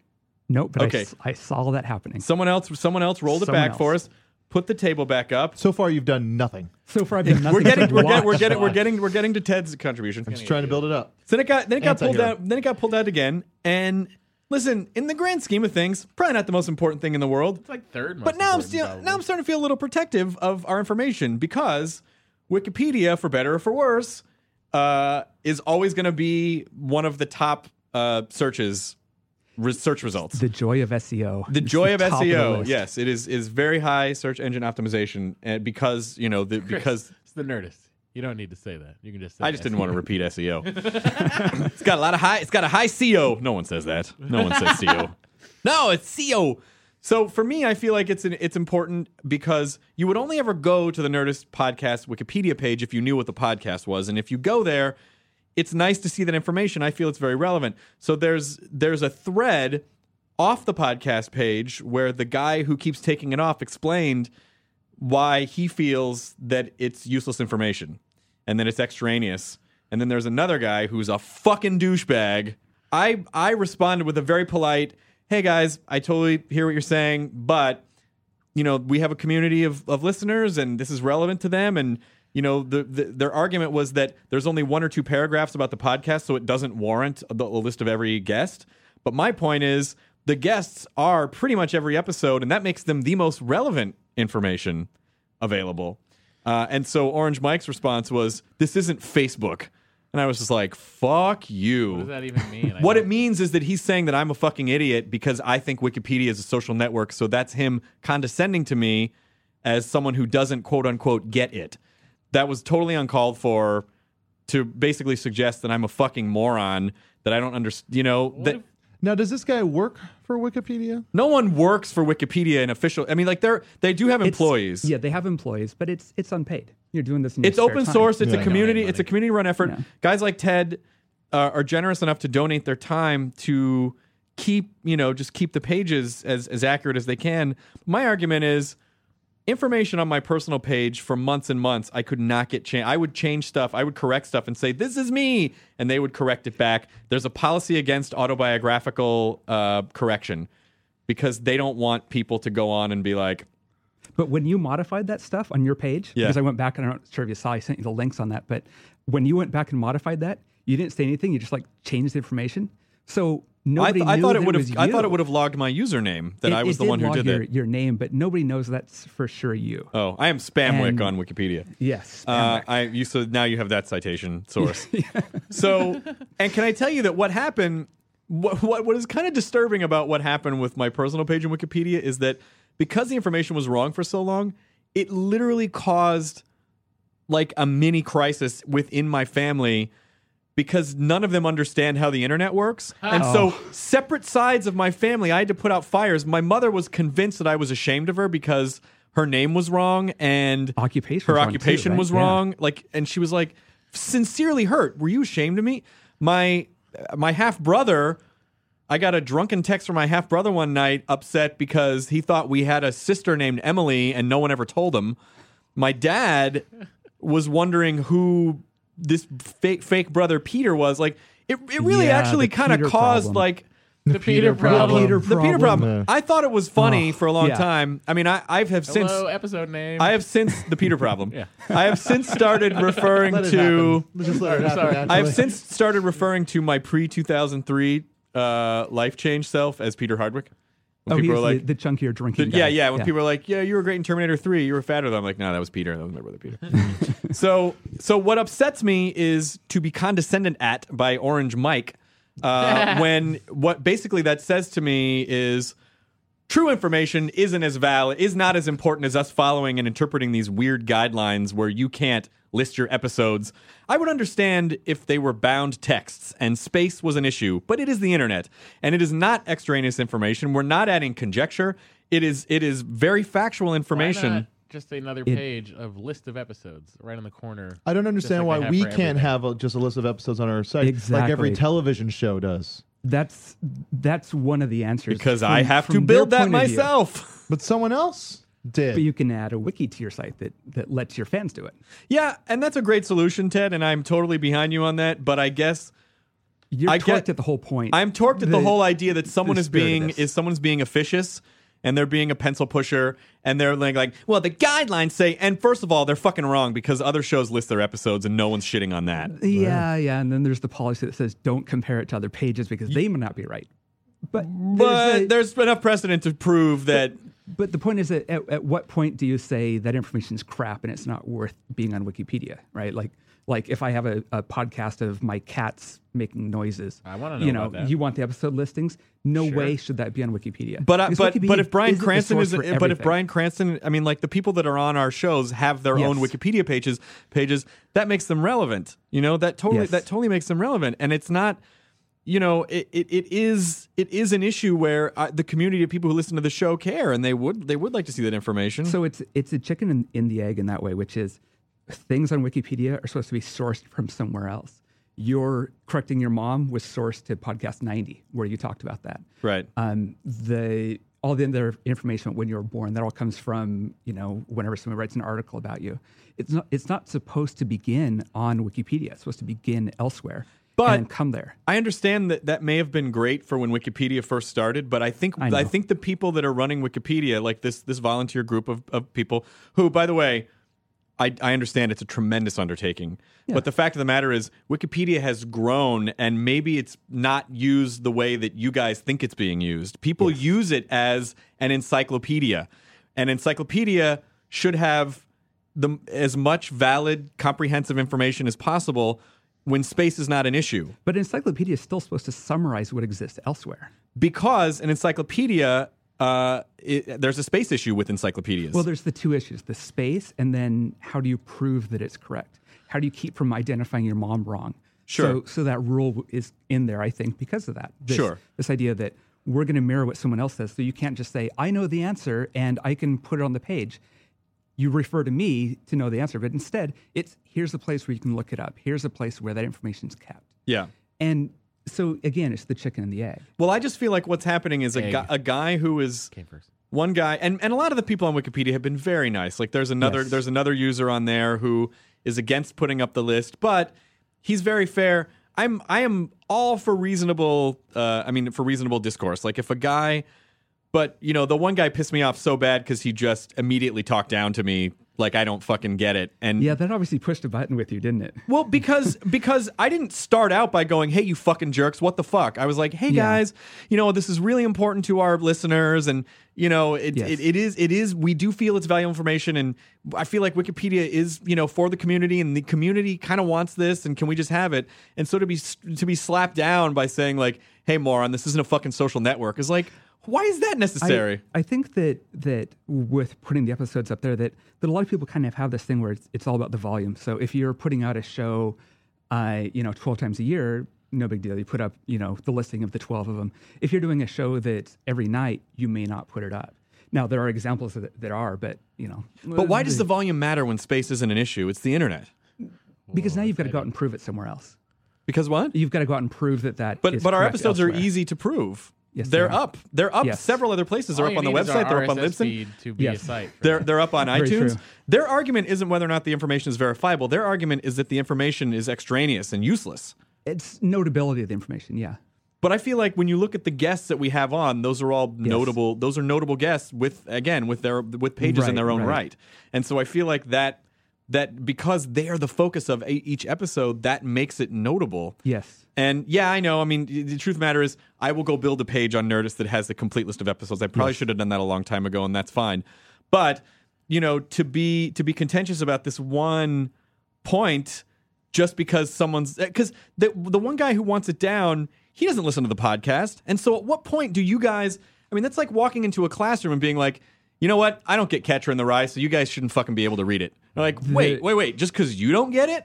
Speaker 6: No, but I
Speaker 1: Okay.
Speaker 6: s- I, saw that happening.
Speaker 1: Someone else, someone else rolled it
Speaker 6: Someone
Speaker 1: back for
Speaker 6: else.
Speaker 1: us. Put the table back up.
Speaker 3: So far, you've done nothing.
Speaker 6: So far, I've been nothing
Speaker 1: We're getting,
Speaker 6: but
Speaker 1: we're getting, we're
Speaker 6: watch. uh,
Speaker 1: getting, we're getting, we're getting to Ted's contribution.
Speaker 3: Just trying to build it up.
Speaker 1: So then it got then it got pulled
Speaker 3: Anti-hero.
Speaker 1: out. Then it got pulled out again. And listen, in the grand scheme of things, probably not the most important thing in the world.
Speaker 4: It's like third. most
Speaker 1: But now I'm
Speaker 4: important,
Speaker 1: still
Speaker 4: probably.
Speaker 1: now I'm starting to feel a little protective of our information because Wikipedia, for better or for worse, uh, is always going to be one of the top uh, searches re- search results.
Speaker 6: The joy of SEO.
Speaker 1: The
Speaker 6: It's
Speaker 1: joy of E
Speaker 6: top the
Speaker 1: SEO,
Speaker 6: list.
Speaker 1: yes, it is is very high search engine optimization, and because you know the,
Speaker 4: Chris,
Speaker 1: because
Speaker 4: it's the Nerdist. You don't need to say that. You can just. Say
Speaker 1: I just didn't want to repeat SEO. it's got a lot of high. It's got a high CO. No one says that. No one says CO. No, it's CO. So for me, I feel like it's an, it's important because you would only ever go to the Nerdist podcast Wikipedia page if you knew what the podcast was, and if you go there, it's nice to see that information. I feel it's very relevant. So there's there's a thread off the podcast page where the guy who keeps taking it off explained why he feels that it's useless information and then it's extraneous. And then there's another guy who's a fucking douchebag. I I responded with a very polite, "Hey guys, I totally hear what you're saying, but you know we have a community of, of listeners, and this is relevant to them." And you know the, the their argument was that there's only one or two paragraphs about the podcast, so it doesn't warrant a, a list of every guest. But my point is, the guests are pretty much every episode, and that makes them the most relevant information available. Uh, and so Orange Mike's response was, "This isn't Facebook," and I was just like, "Fuck you."
Speaker 4: What does that even mean? I
Speaker 1: What
Speaker 4: don't-
Speaker 1: it means is that he's saying that I'm a fucking idiot because I think Wikipedia is a social network. So that's him condescending to me as someone who doesn't quote unquote get it. That was totally uncalled for to basically suggest that I'm a fucking moron, that I don't understand, you know, that
Speaker 4: if-
Speaker 3: Now, does this guy work for Wikipedia?
Speaker 1: no one works for Wikipedia and official. I mean, like they're, they do have
Speaker 6: It's-
Speaker 1: employees.
Speaker 6: Yeah, they have employees, but it's it's unpaid. You're doing this. In your
Speaker 1: it's
Speaker 6: spare
Speaker 1: open
Speaker 6: time.
Speaker 1: source. It's
Speaker 3: Yeah.
Speaker 1: a
Speaker 3: They
Speaker 1: community.
Speaker 4: donate
Speaker 1: It's a
Speaker 4: money.
Speaker 1: community run effort.
Speaker 6: Yeah.
Speaker 1: Guys like Ted uh, are generous enough to donate their time to keep you know just keep the pages as as accurate as they can. My argument is information on my personal page for months and months i could not get changed i would change stuff i would correct stuff and say this is me and they would correct it back there's a policy against autobiographical uh, correction because they don't want people to go on and be like
Speaker 6: But when you modified that stuff on your page,
Speaker 1: Yeah.
Speaker 6: because I went back and I'm not sure if you saw, I sent you the links on that. But when you went back and modified that, you didn't say anything. You just like changed the information. So
Speaker 1: I,
Speaker 6: nobody.
Speaker 1: th- I
Speaker 6: knew
Speaker 1: thought
Speaker 6: that
Speaker 1: it would
Speaker 6: was
Speaker 1: have. I
Speaker 6: you.
Speaker 1: thought it would have logged my username that
Speaker 6: It-
Speaker 1: I was
Speaker 6: it
Speaker 1: the one who
Speaker 6: log
Speaker 1: did
Speaker 6: your,
Speaker 1: that.
Speaker 6: your name, but nobody knows that's for sure you.
Speaker 1: Oh, I am Spamwick
Speaker 6: And-
Speaker 1: on Wikipedia.
Speaker 6: Yes.
Speaker 1: Uh, I you so now you have that citation source. So, and can I tell you that what happened what what, what is kind of disturbing about what happened with my personal page in Wikipedia is that because the information was wrong for so long, it literally caused like a mini crisis within my family because none of them understand how the internet works. And so, separate sides of my family, I had to put out fires. My mother was convinced that I was ashamed of her because her name was wrong and
Speaker 6: Oh. Occupation
Speaker 1: her
Speaker 6: was wrong too,
Speaker 1: occupation
Speaker 6: right?
Speaker 1: was
Speaker 6: Yeah.
Speaker 1: wrong like and she was like sincerely hurt were you ashamed of me my my half brother i got a drunken text from my half brother one night upset because he thought we had a sister named emily and no one ever told him my dad was wondering who this fake fake brother peter was like it, it really
Speaker 6: Yeah,
Speaker 1: actually
Speaker 6: the
Speaker 1: kind of
Speaker 6: Peter
Speaker 1: caused
Speaker 6: problem.
Speaker 1: like
Speaker 4: The Peter problem.
Speaker 6: Peter
Speaker 1: the peter
Speaker 6: problem.
Speaker 1: problem i thought it was funny
Speaker 6: Ugh,
Speaker 1: for a long
Speaker 6: Oh, yeah.
Speaker 1: time i mean i i've have since
Speaker 4: Hello, episode name.
Speaker 1: I have since the Peter problem.
Speaker 4: Yeah.
Speaker 1: I have since started referring
Speaker 3: Let it
Speaker 1: to.
Speaker 3: happen. Let's just let it happen.
Speaker 4: Sorry.
Speaker 1: I
Speaker 3: naturally.
Speaker 1: have since started referring to my pre two thousand three uh, life change self as Peter Hardwick. When
Speaker 6: Oh,
Speaker 1: people
Speaker 6: he's
Speaker 1: are like,
Speaker 6: the, the chunkier drinking.
Speaker 1: yeah,
Speaker 6: guy.
Speaker 1: yeah. When people are like, yeah, you were great in Terminator Three, you were fatter. Than I'm like, no, that was Peter. That was my brother Peter. so, so what upsets me is to be condescended at by Orange Mike. Uh, when what basically that says to me is true information isn't as valid, is not as important as us following and interpreting these weird guidelines where you can't list your episodes. I would understand if they were bound texts and space was an issue, but it is the internet and it is not extraneous information. We're not adding conjecture. It is it is very factual
Speaker 4: Why not
Speaker 1: information.
Speaker 4: Just another page of list of episodes right in the corner.
Speaker 3: I don't
Speaker 4: Just like
Speaker 3: understand
Speaker 4: they
Speaker 3: why
Speaker 4: have
Speaker 3: we
Speaker 4: for
Speaker 3: can't
Speaker 4: everything.
Speaker 3: have a, just a list of episodes on our site like every
Speaker 6: Exactly.
Speaker 3: television show does.
Speaker 6: that's that's one of the answers.
Speaker 1: Because
Speaker 6: From-
Speaker 1: I have
Speaker 6: from
Speaker 1: to
Speaker 6: their
Speaker 1: build that
Speaker 6: point of view.
Speaker 1: myself.
Speaker 3: But someone else did.
Speaker 6: But you can add a wiki to your site that that lets your fans do it.
Speaker 1: yeah, and that's a great solution, Ted, and I'm totally behind you on that, but I guess
Speaker 6: You're
Speaker 1: I
Speaker 6: torqued
Speaker 1: get-
Speaker 6: at the whole point.
Speaker 1: I'm torqued at the, whole idea that someone
Speaker 6: the
Speaker 1: is
Speaker 6: spirit of
Speaker 1: being
Speaker 6: this.
Speaker 1: is someone's being officious and they're being a pencil pusher and they're like, like well the guidelines say and first of all they're fucking wrong because other shows list their episodes and no one's shitting on that.
Speaker 6: Yeah, yeah. And then there's the policy that says don't compare it to other pages because they may not be right. But
Speaker 1: But
Speaker 6: a-
Speaker 1: there's enough precedent to prove that
Speaker 6: But the point is that at, at what point do you say that information is crap and it's not worth being on Wikipedia, right? Like, like if I have a, a podcast of my cats making noises,
Speaker 4: I wanna know
Speaker 6: you
Speaker 4: about that.
Speaker 6: you want the episode listings. No way should that be on Wikipedia.
Speaker 1: But I
Speaker 6: Because
Speaker 1: but
Speaker 6: Wikipedia
Speaker 1: but if Brian
Speaker 6: isn't the
Speaker 1: Cranston
Speaker 6: source
Speaker 1: is
Speaker 6: for
Speaker 1: but if
Speaker 6: everything.
Speaker 1: Brian Cranston, I mean, like the people that are on our shows have their own
Speaker 6: Yes.
Speaker 1: Wikipedia pages pages that makes them relevant. You know that totally
Speaker 6: Yes.
Speaker 1: that totally makes them relevant, and it's not. You know, it, it, it is it is an issue where uh, the community of people who listen to the show care, and they would they would like to see that information.
Speaker 6: So it's it's a chicken in, in the egg in that way, which is things on Wikipedia are supposed to be sourced from somewhere else. Your correcting your mom was sourced to podcast ninety, where you talked about that.
Speaker 1: Right.
Speaker 6: Um, the all the other information when you were born that all comes from you know whenever someone writes an article about you. It's not it's not supposed to begin on Wikipedia. It's supposed to begin elsewhere.
Speaker 1: But-
Speaker 6: and then come there.
Speaker 1: I understand that that may have been great for when Wikipedia first started, but I think
Speaker 6: I
Speaker 1: I,
Speaker 6: know.
Speaker 1: think the people that are running Wikipedia, like this this volunteer group of, of people, who, by the way, I, I understand it's a tremendous undertaking, but the fact of the matter is Wikipedia has grown, and maybe it's not used the way that you guys think it's being used. People use it as an encyclopedia. An encyclopedia should have the as much valid, comprehensive information as possible when space is not an issue.
Speaker 6: But an encyclopedia is still supposed to summarize what exists elsewhere.
Speaker 1: because an encyclopedia uh, it, there's a space issue with encyclopedias.
Speaker 6: Well, there's the two issues the space, and then how do you prove that it's correct? How do you keep from identifying your mom wrong?
Speaker 1: Sure.
Speaker 6: So, so that rule w- is in there, I think, because of that. This,
Speaker 1: Sure.
Speaker 6: This idea that we're going to mirror what someone else says. So you can't just say, I know the answer and I can put it on the page. You refer to me to know the answer, but instead, it's here's a place where you can look it up. Here's a place where that information's kept.
Speaker 1: yeah.
Speaker 6: And so, again, it's the chicken and the egg.
Speaker 1: Well, I just feel like what's happening is a,
Speaker 4: Egg.
Speaker 1: guy, a guy who is
Speaker 4: Came first.
Speaker 1: one guy, and, and a lot of the people on Wikipedia have been very nice. Like there's another
Speaker 6: Yes.
Speaker 1: there's another user on there who is against putting up the list, but he's very fair. I'm I am all for reasonable. Uh, I mean, for reasonable discourse. Like if a guy But you know, the one guy pissed me off so bad because he just immediately talked down to me like I don't fucking get it. And
Speaker 6: Yeah, that obviously pushed a button with you, didn't it?
Speaker 1: well, because because I didn't start out by going, "Hey, you fucking jerks, what the fuck?" I was like, "Hey guys, you know this is really important to our listeners, and you know it,
Speaker 6: Yes.
Speaker 1: it, it is it is we do feel it's valuable information, and I feel like Wikipedia is you know for the community, and the community kind of wants this, and can we just have it?" And so to be s- to be slapped down by saying like, "Hey, moron, this isn't a fucking social network." Is like, why is that
Speaker 6: I-
Speaker 1: necessary?
Speaker 6: I, think that that with putting the episodes up there, that that a lot of people kind of have this thing where it's, it's all about the volume. So if you're putting out a show, uh, you know, twelve times a year, no big deal. You put up, you know, the listing of the twelve of them. If you're doing a show that's every night, you may not put it up. Now there are examples of that, that are, but you know,
Speaker 1: but why does the volume matter when space isn't an issue? It's the internet.
Speaker 6: because now you've got to go out and prove it somewhere else.
Speaker 1: Because what?
Speaker 6: You've got to go out and prove that that.
Speaker 1: But
Speaker 6: is
Speaker 1: but our
Speaker 6: correct
Speaker 1: episodes are
Speaker 6: elsewhere.
Speaker 1: easy to prove.
Speaker 6: Yes, they
Speaker 1: they're
Speaker 6: are.
Speaker 1: up. They're up.
Speaker 6: Yes.
Speaker 1: Several other places. They're
Speaker 4: All
Speaker 1: up
Speaker 4: you
Speaker 1: on the
Speaker 4: need is our
Speaker 1: website. They're up on
Speaker 4: RSS
Speaker 1: Libsyn.
Speaker 4: feed to be
Speaker 6: Yes.
Speaker 4: a site. for
Speaker 1: They're
Speaker 4: that.
Speaker 1: they're up on
Speaker 6: Very
Speaker 1: iTunes.
Speaker 6: true.
Speaker 1: Their argument isn't whether or not the information is verifiable. Their argument is that the information is extraneous and useless.
Speaker 6: It's notability of the information. Yeah.
Speaker 1: But I feel like when you look at the guests that we have on, those are all notable. Those are notable guests with again with their with pages in
Speaker 6: Right,
Speaker 1: their own right.
Speaker 6: right.
Speaker 1: And so I feel like that that because they are the focus of a, each episode, that makes it notable.
Speaker 6: Yes.
Speaker 1: And yeah, I know. I mean, y- the truth of the matter is, I will go build a page on Nerdist that has the complete list of episodes. I probably should have done that a long time ago, and that's fine. But you know, to be to be contentious about this one point, just because someone's because the the one guy who wants it down, he doesn't listen to the podcast. And so, at what point do you guys? I mean, that's like walking into a classroom and being like. You know what? I don't get Catcher in the Rye, so you guys shouldn't fucking be able to read it. They're like, wait, wait, wait. Just because you don't get it,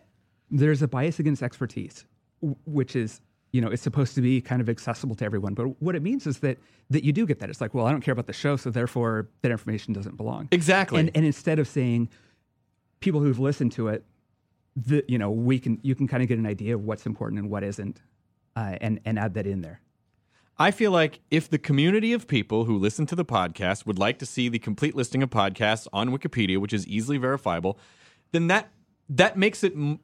Speaker 6: there's a bias against expertise, w- which is you know it's supposed to be kind of accessible to everyone. But what it means is that that you do get that. It's like, well, I don't care about the show, so therefore that information doesn't belong.
Speaker 1: Exactly.
Speaker 6: And and instead of saying people who've listened to it, the, you know, we can you can kind of get an idea of what's important and what isn't, uh, and and add that in there.
Speaker 1: I feel like if the community of people who listen to the podcast would like to see the complete listing of podcasts on Wikipedia, which is easily verifiable, then that that makes it m-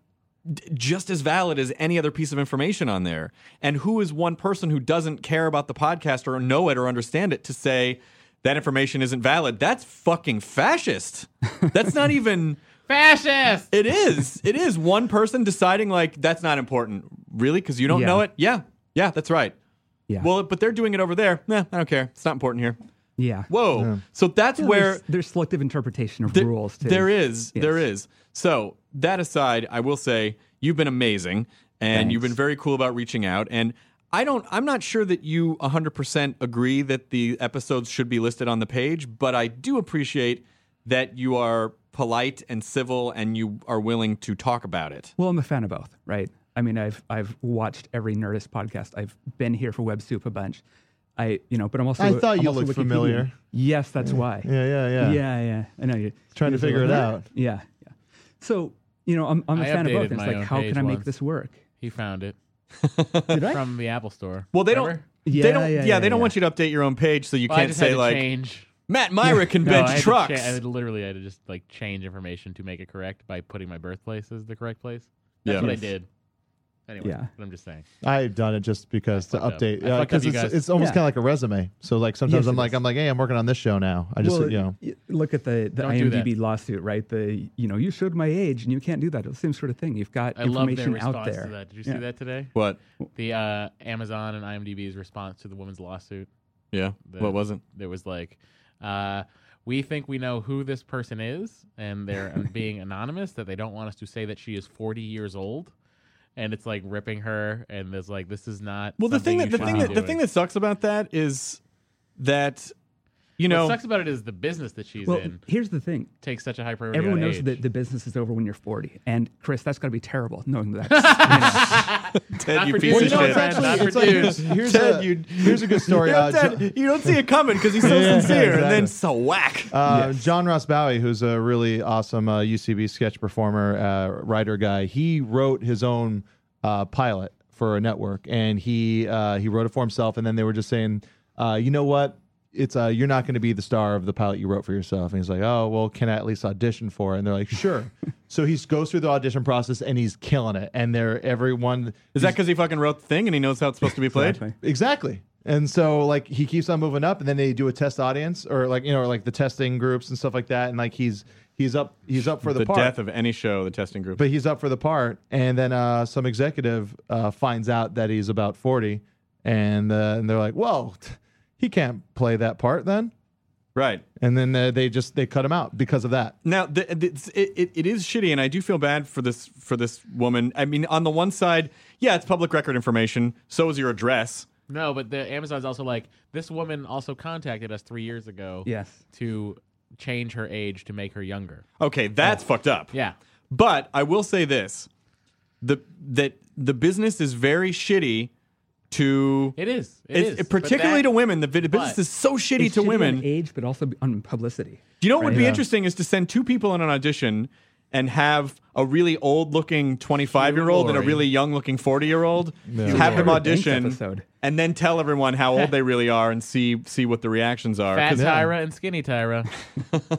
Speaker 1: d- just as valid as any other piece of information on there. And who is one person who doesn't care about the podcast or know it or understand it to say that information isn't valid? That's fucking fascist. That's not even
Speaker 4: fascist.
Speaker 1: it is. It is one person deciding like that's not important. Really? Because you don't
Speaker 6: Yeah.
Speaker 1: know it? Yeah. Yeah, that's right.
Speaker 6: Yeah.
Speaker 1: Well, but they're doing it over there. Nah, I don't care. It's not important here.
Speaker 6: Yeah.
Speaker 1: Whoa. So that's
Speaker 6: Yeah,
Speaker 1: where
Speaker 6: there's, there's selective interpretation of
Speaker 1: there-
Speaker 6: rules. Too.
Speaker 1: There is.
Speaker 6: Yes.
Speaker 1: There is. So that aside, I will say you've been amazing and you've been
Speaker 6: Thanks.
Speaker 1: very cool about reaching out. And I don't I'm not sure that you 100% agree that the episodes should be listed on the page, but I do appreciate that you are polite and civil and you are willing to talk about it.
Speaker 6: Well, I'm a fan of both, right? I mean, I've I've watched every Nerdist podcast. I've been here for Web Soup a bunch. I, you know, but I'm also.
Speaker 3: I thought
Speaker 6: I'm
Speaker 3: you
Speaker 6: also
Speaker 3: looked
Speaker 6: Wikipedia.
Speaker 3: familiar.
Speaker 6: Yes, that's why.
Speaker 3: Yeah, yeah, yeah.
Speaker 6: yeah, yeah. I know you.
Speaker 3: Trying to
Speaker 6: you're
Speaker 3: figure it
Speaker 6: like,
Speaker 3: out.
Speaker 6: Yeah, yeah. So you know, I'm I'm a
Speaker 4: I
Speaker 6: fan of both.
Speaker 4: updated
Speaker 6: And it's
Speaker 4: my
Speaker 6: like,
Speaker 4: own
Speaker 6: how
Speaker 4: page
Speaker 6: can I make
Speaker 4: once.
Speaker 6: this work?
Speaker 4: He found it
Speaker 6: Did I?
Speaker 4: from the Apple Store.
Speaker 1: Well, they don't.
Speaker 4: Remember?
Speaker 1: They
Speaker 6: Yeah,
Speaker 1: don't. Yeah,
Speaker 6: yeah,
Speaker 1: they
Speaker 6: yeah,
Speaker 1: don't
Speaker 6: yeah.
Speaker 1: want you to update your own page, so you
Speaker 4: Well, I
Speaker 1: can't
Speaker 4: just
Speaker 1: say
Speaker 4: had to
Speaker 1: like
Speaker 4: change.
Speaker 1: Matt Myra can
Speaker 4: No, I
Speaker 1: bench
Speaker 4: had to
Speaker 1: trucks.
Speaker 4: cha- I had to literally I had to just like change information to make it correct by putting my birthplace as the correct place. That's
Speaker 1: Yeah.
Speaker 4: what I
Speaker 1: Yes.
Speaker 4: did. Anyway,
Speaker 6: Yeah.
Speaker 4: but I'm just saying.
Speaker 3: I've done it just because to
Speaker 4: fucked up.
Speaker 3: update
Speaker 4: I fucked up,
Speaker 3: because
Speaker 4: you
Speaker 3: it's,
Speaker 4: guys.
Speaker 3: it's almost
Speaker 6: Yeah.
Speaker 3: kind of like a resume. So like sometimes
Speaker 6: Yes,
Speaker 3: I'm
Speaker 6: it
Speaker 3: like
Speaker 6: is.
Speaker 3: I'm like hey I'm working on this show now. I just you know
Speaker 6: y- look at the the
Speaker 4: Don't do that.
Speaker 6: IMDb lawsuit, right? The you know, you showed my age and you can't do that. It's the same sort of thing. You've got
Speaker 4: I love their
Speaker 6: information
Speaker 4: response
Speaker 6: out there.
Speaker 4: to that. Did you
Speaker 6: Yeah.
Speaker 4: see that today?
Speaker 1: what?
Speaker 4: The uh, Amazon and IMDb's response to the woman's lawsuit.
Speaker 1: Yeah.
Speaker 4: The-
Speaker 1: what wasn't?
Speaker 4: There was like, uh, we think we know who this person is, and they're being anonymous. That they don't want us to say that she is 40 years old, and it's like ripping her. And there's like, this is not.
Speaker 1: Well, the thing
Speaker 4: something
Speaker 1: that
Speaker 4: you
Speaker 1: the
Speaker 4: should
Speaker 1: thing
Speaker 4: be
Speaker 1: that the
Speaker 4: doing.
Speaker 1: thing that sucks about that is that you know
Speaker 4: what sucks about it is the business that she's
Speaker 6: Well,
Speaker 4: in
Speaker 6: here's the thing.
Speaker 4: takes such a high priority.
Speaker 6: Everyone
Speaker 4: on
Speaker 6: knows
Speaker 4: age.
Speaker 6: that the business is over when you're 40. And Chris, that's got to be terrible knowing that.
Speaker 1: Ted,
Speaker 4: not
Speaker 1: you
Speaker 4: for
Speaker 1: piece
Speaker 4: dudes,
Speaker 1: of
Speaker 4: no,
Speaker 1: shit.
Speaker 4: it's actually- Not for
Speaker 3: it's like,
Speaker 4: dudes.
Speaker 3: here's, here's
Speaker 1: Ted,
Speaker 3: a,
Speaker 1: you-
Speaker 3: here's a good story.
Speaker 1: You know,
Speaker 3: Uh,
Speaker 1: Ted,
Speaker 3: Jo-
Speaker 1: you don't see it coming because he's so
Speaker 3: Yeah,
Speaker 1: sincere, and then
Speaker 3: exactly.
Speaker 1: so whack.
Speaker 3: uh, John Ross Bowie, who's a really awesome uh, UCB sketch performer, uh, writer guy, he wrote his own uh, pilot for a network, and he uh, he wrote it for himself. And then they were just saying, uh, you know what? It's uh, you're not going to be the star of the pilot you wrote for yourself. And he's like, oh well, can I at least audition for it? And they're like, sure. so he goes through the audition process, and he's killing it. And they're everyone
Speaker 1: Is that because he fucking wrote the thing and he knows how it's supposed to be played?
Speaker 6: Exactly.
Speaker 3: Exactly. And so like he keeps on moving up and then they do a test audience or like you know or, like the testing groups and stuff like that and like he's he's up he's up for the,
Speaker 1: The
Speaker 3: part
Speaker 1: death of any show, the testing group.
Speaker 3: but he's up for the part and then uh some executive uh finds out that he's about 40 and uh, and they're like, "Well, t- he can't play that part then."
Speaker 1: right.
Speaker 3: And then uh, they just they cut him out because of that.
Speaker 1: Now, the, the, it's- it, it, it is shitty, and I do feel bad for this for this woman. I mean, on the one side, yeah, it's public record information. So is your address.
Speaker 4: No, but the Amazon's also like this woman also contacted us three years ago.
Speaker 6: Yes.
Speaker 4: To change her age to make her younger.
Speaker 1: Okay, that's fucked up.
Speaker 4: Oh. Yeah.
Speaker 1: But I will say this: the that the business is very shitty to
Speaker 4: It is.
Speaker 1: it's-
Speaker 4: is. But
Speaker 1: particularly
Speaker 4: that-
Speaker 1: to women. The, the business
Speaker 4: but-
Speaker 1: is so shitty to
Speaker 6: It should be on
Speaker 1: women.
Speaker 6: age, but also on publicity.
Speaker 1: You know what would be
Speaker 6: Yeah.
Speaker 1: interesting is to send two people in an audition and have a really old looking 25 year old and a
Speaker 4: Lordy.
Speaker 1: really young looking 40 year old have them
Speaker 6: Lordy. Thanks
Speaker 1: audition
Speaker 6: episode.
Speaker 1: and then tell everyone how old they really are and see see what the reactions are.
Speaker 4: Fat
Speaker 1: 'Cause-
Speaker 4: Tyra and Skinny Tyra.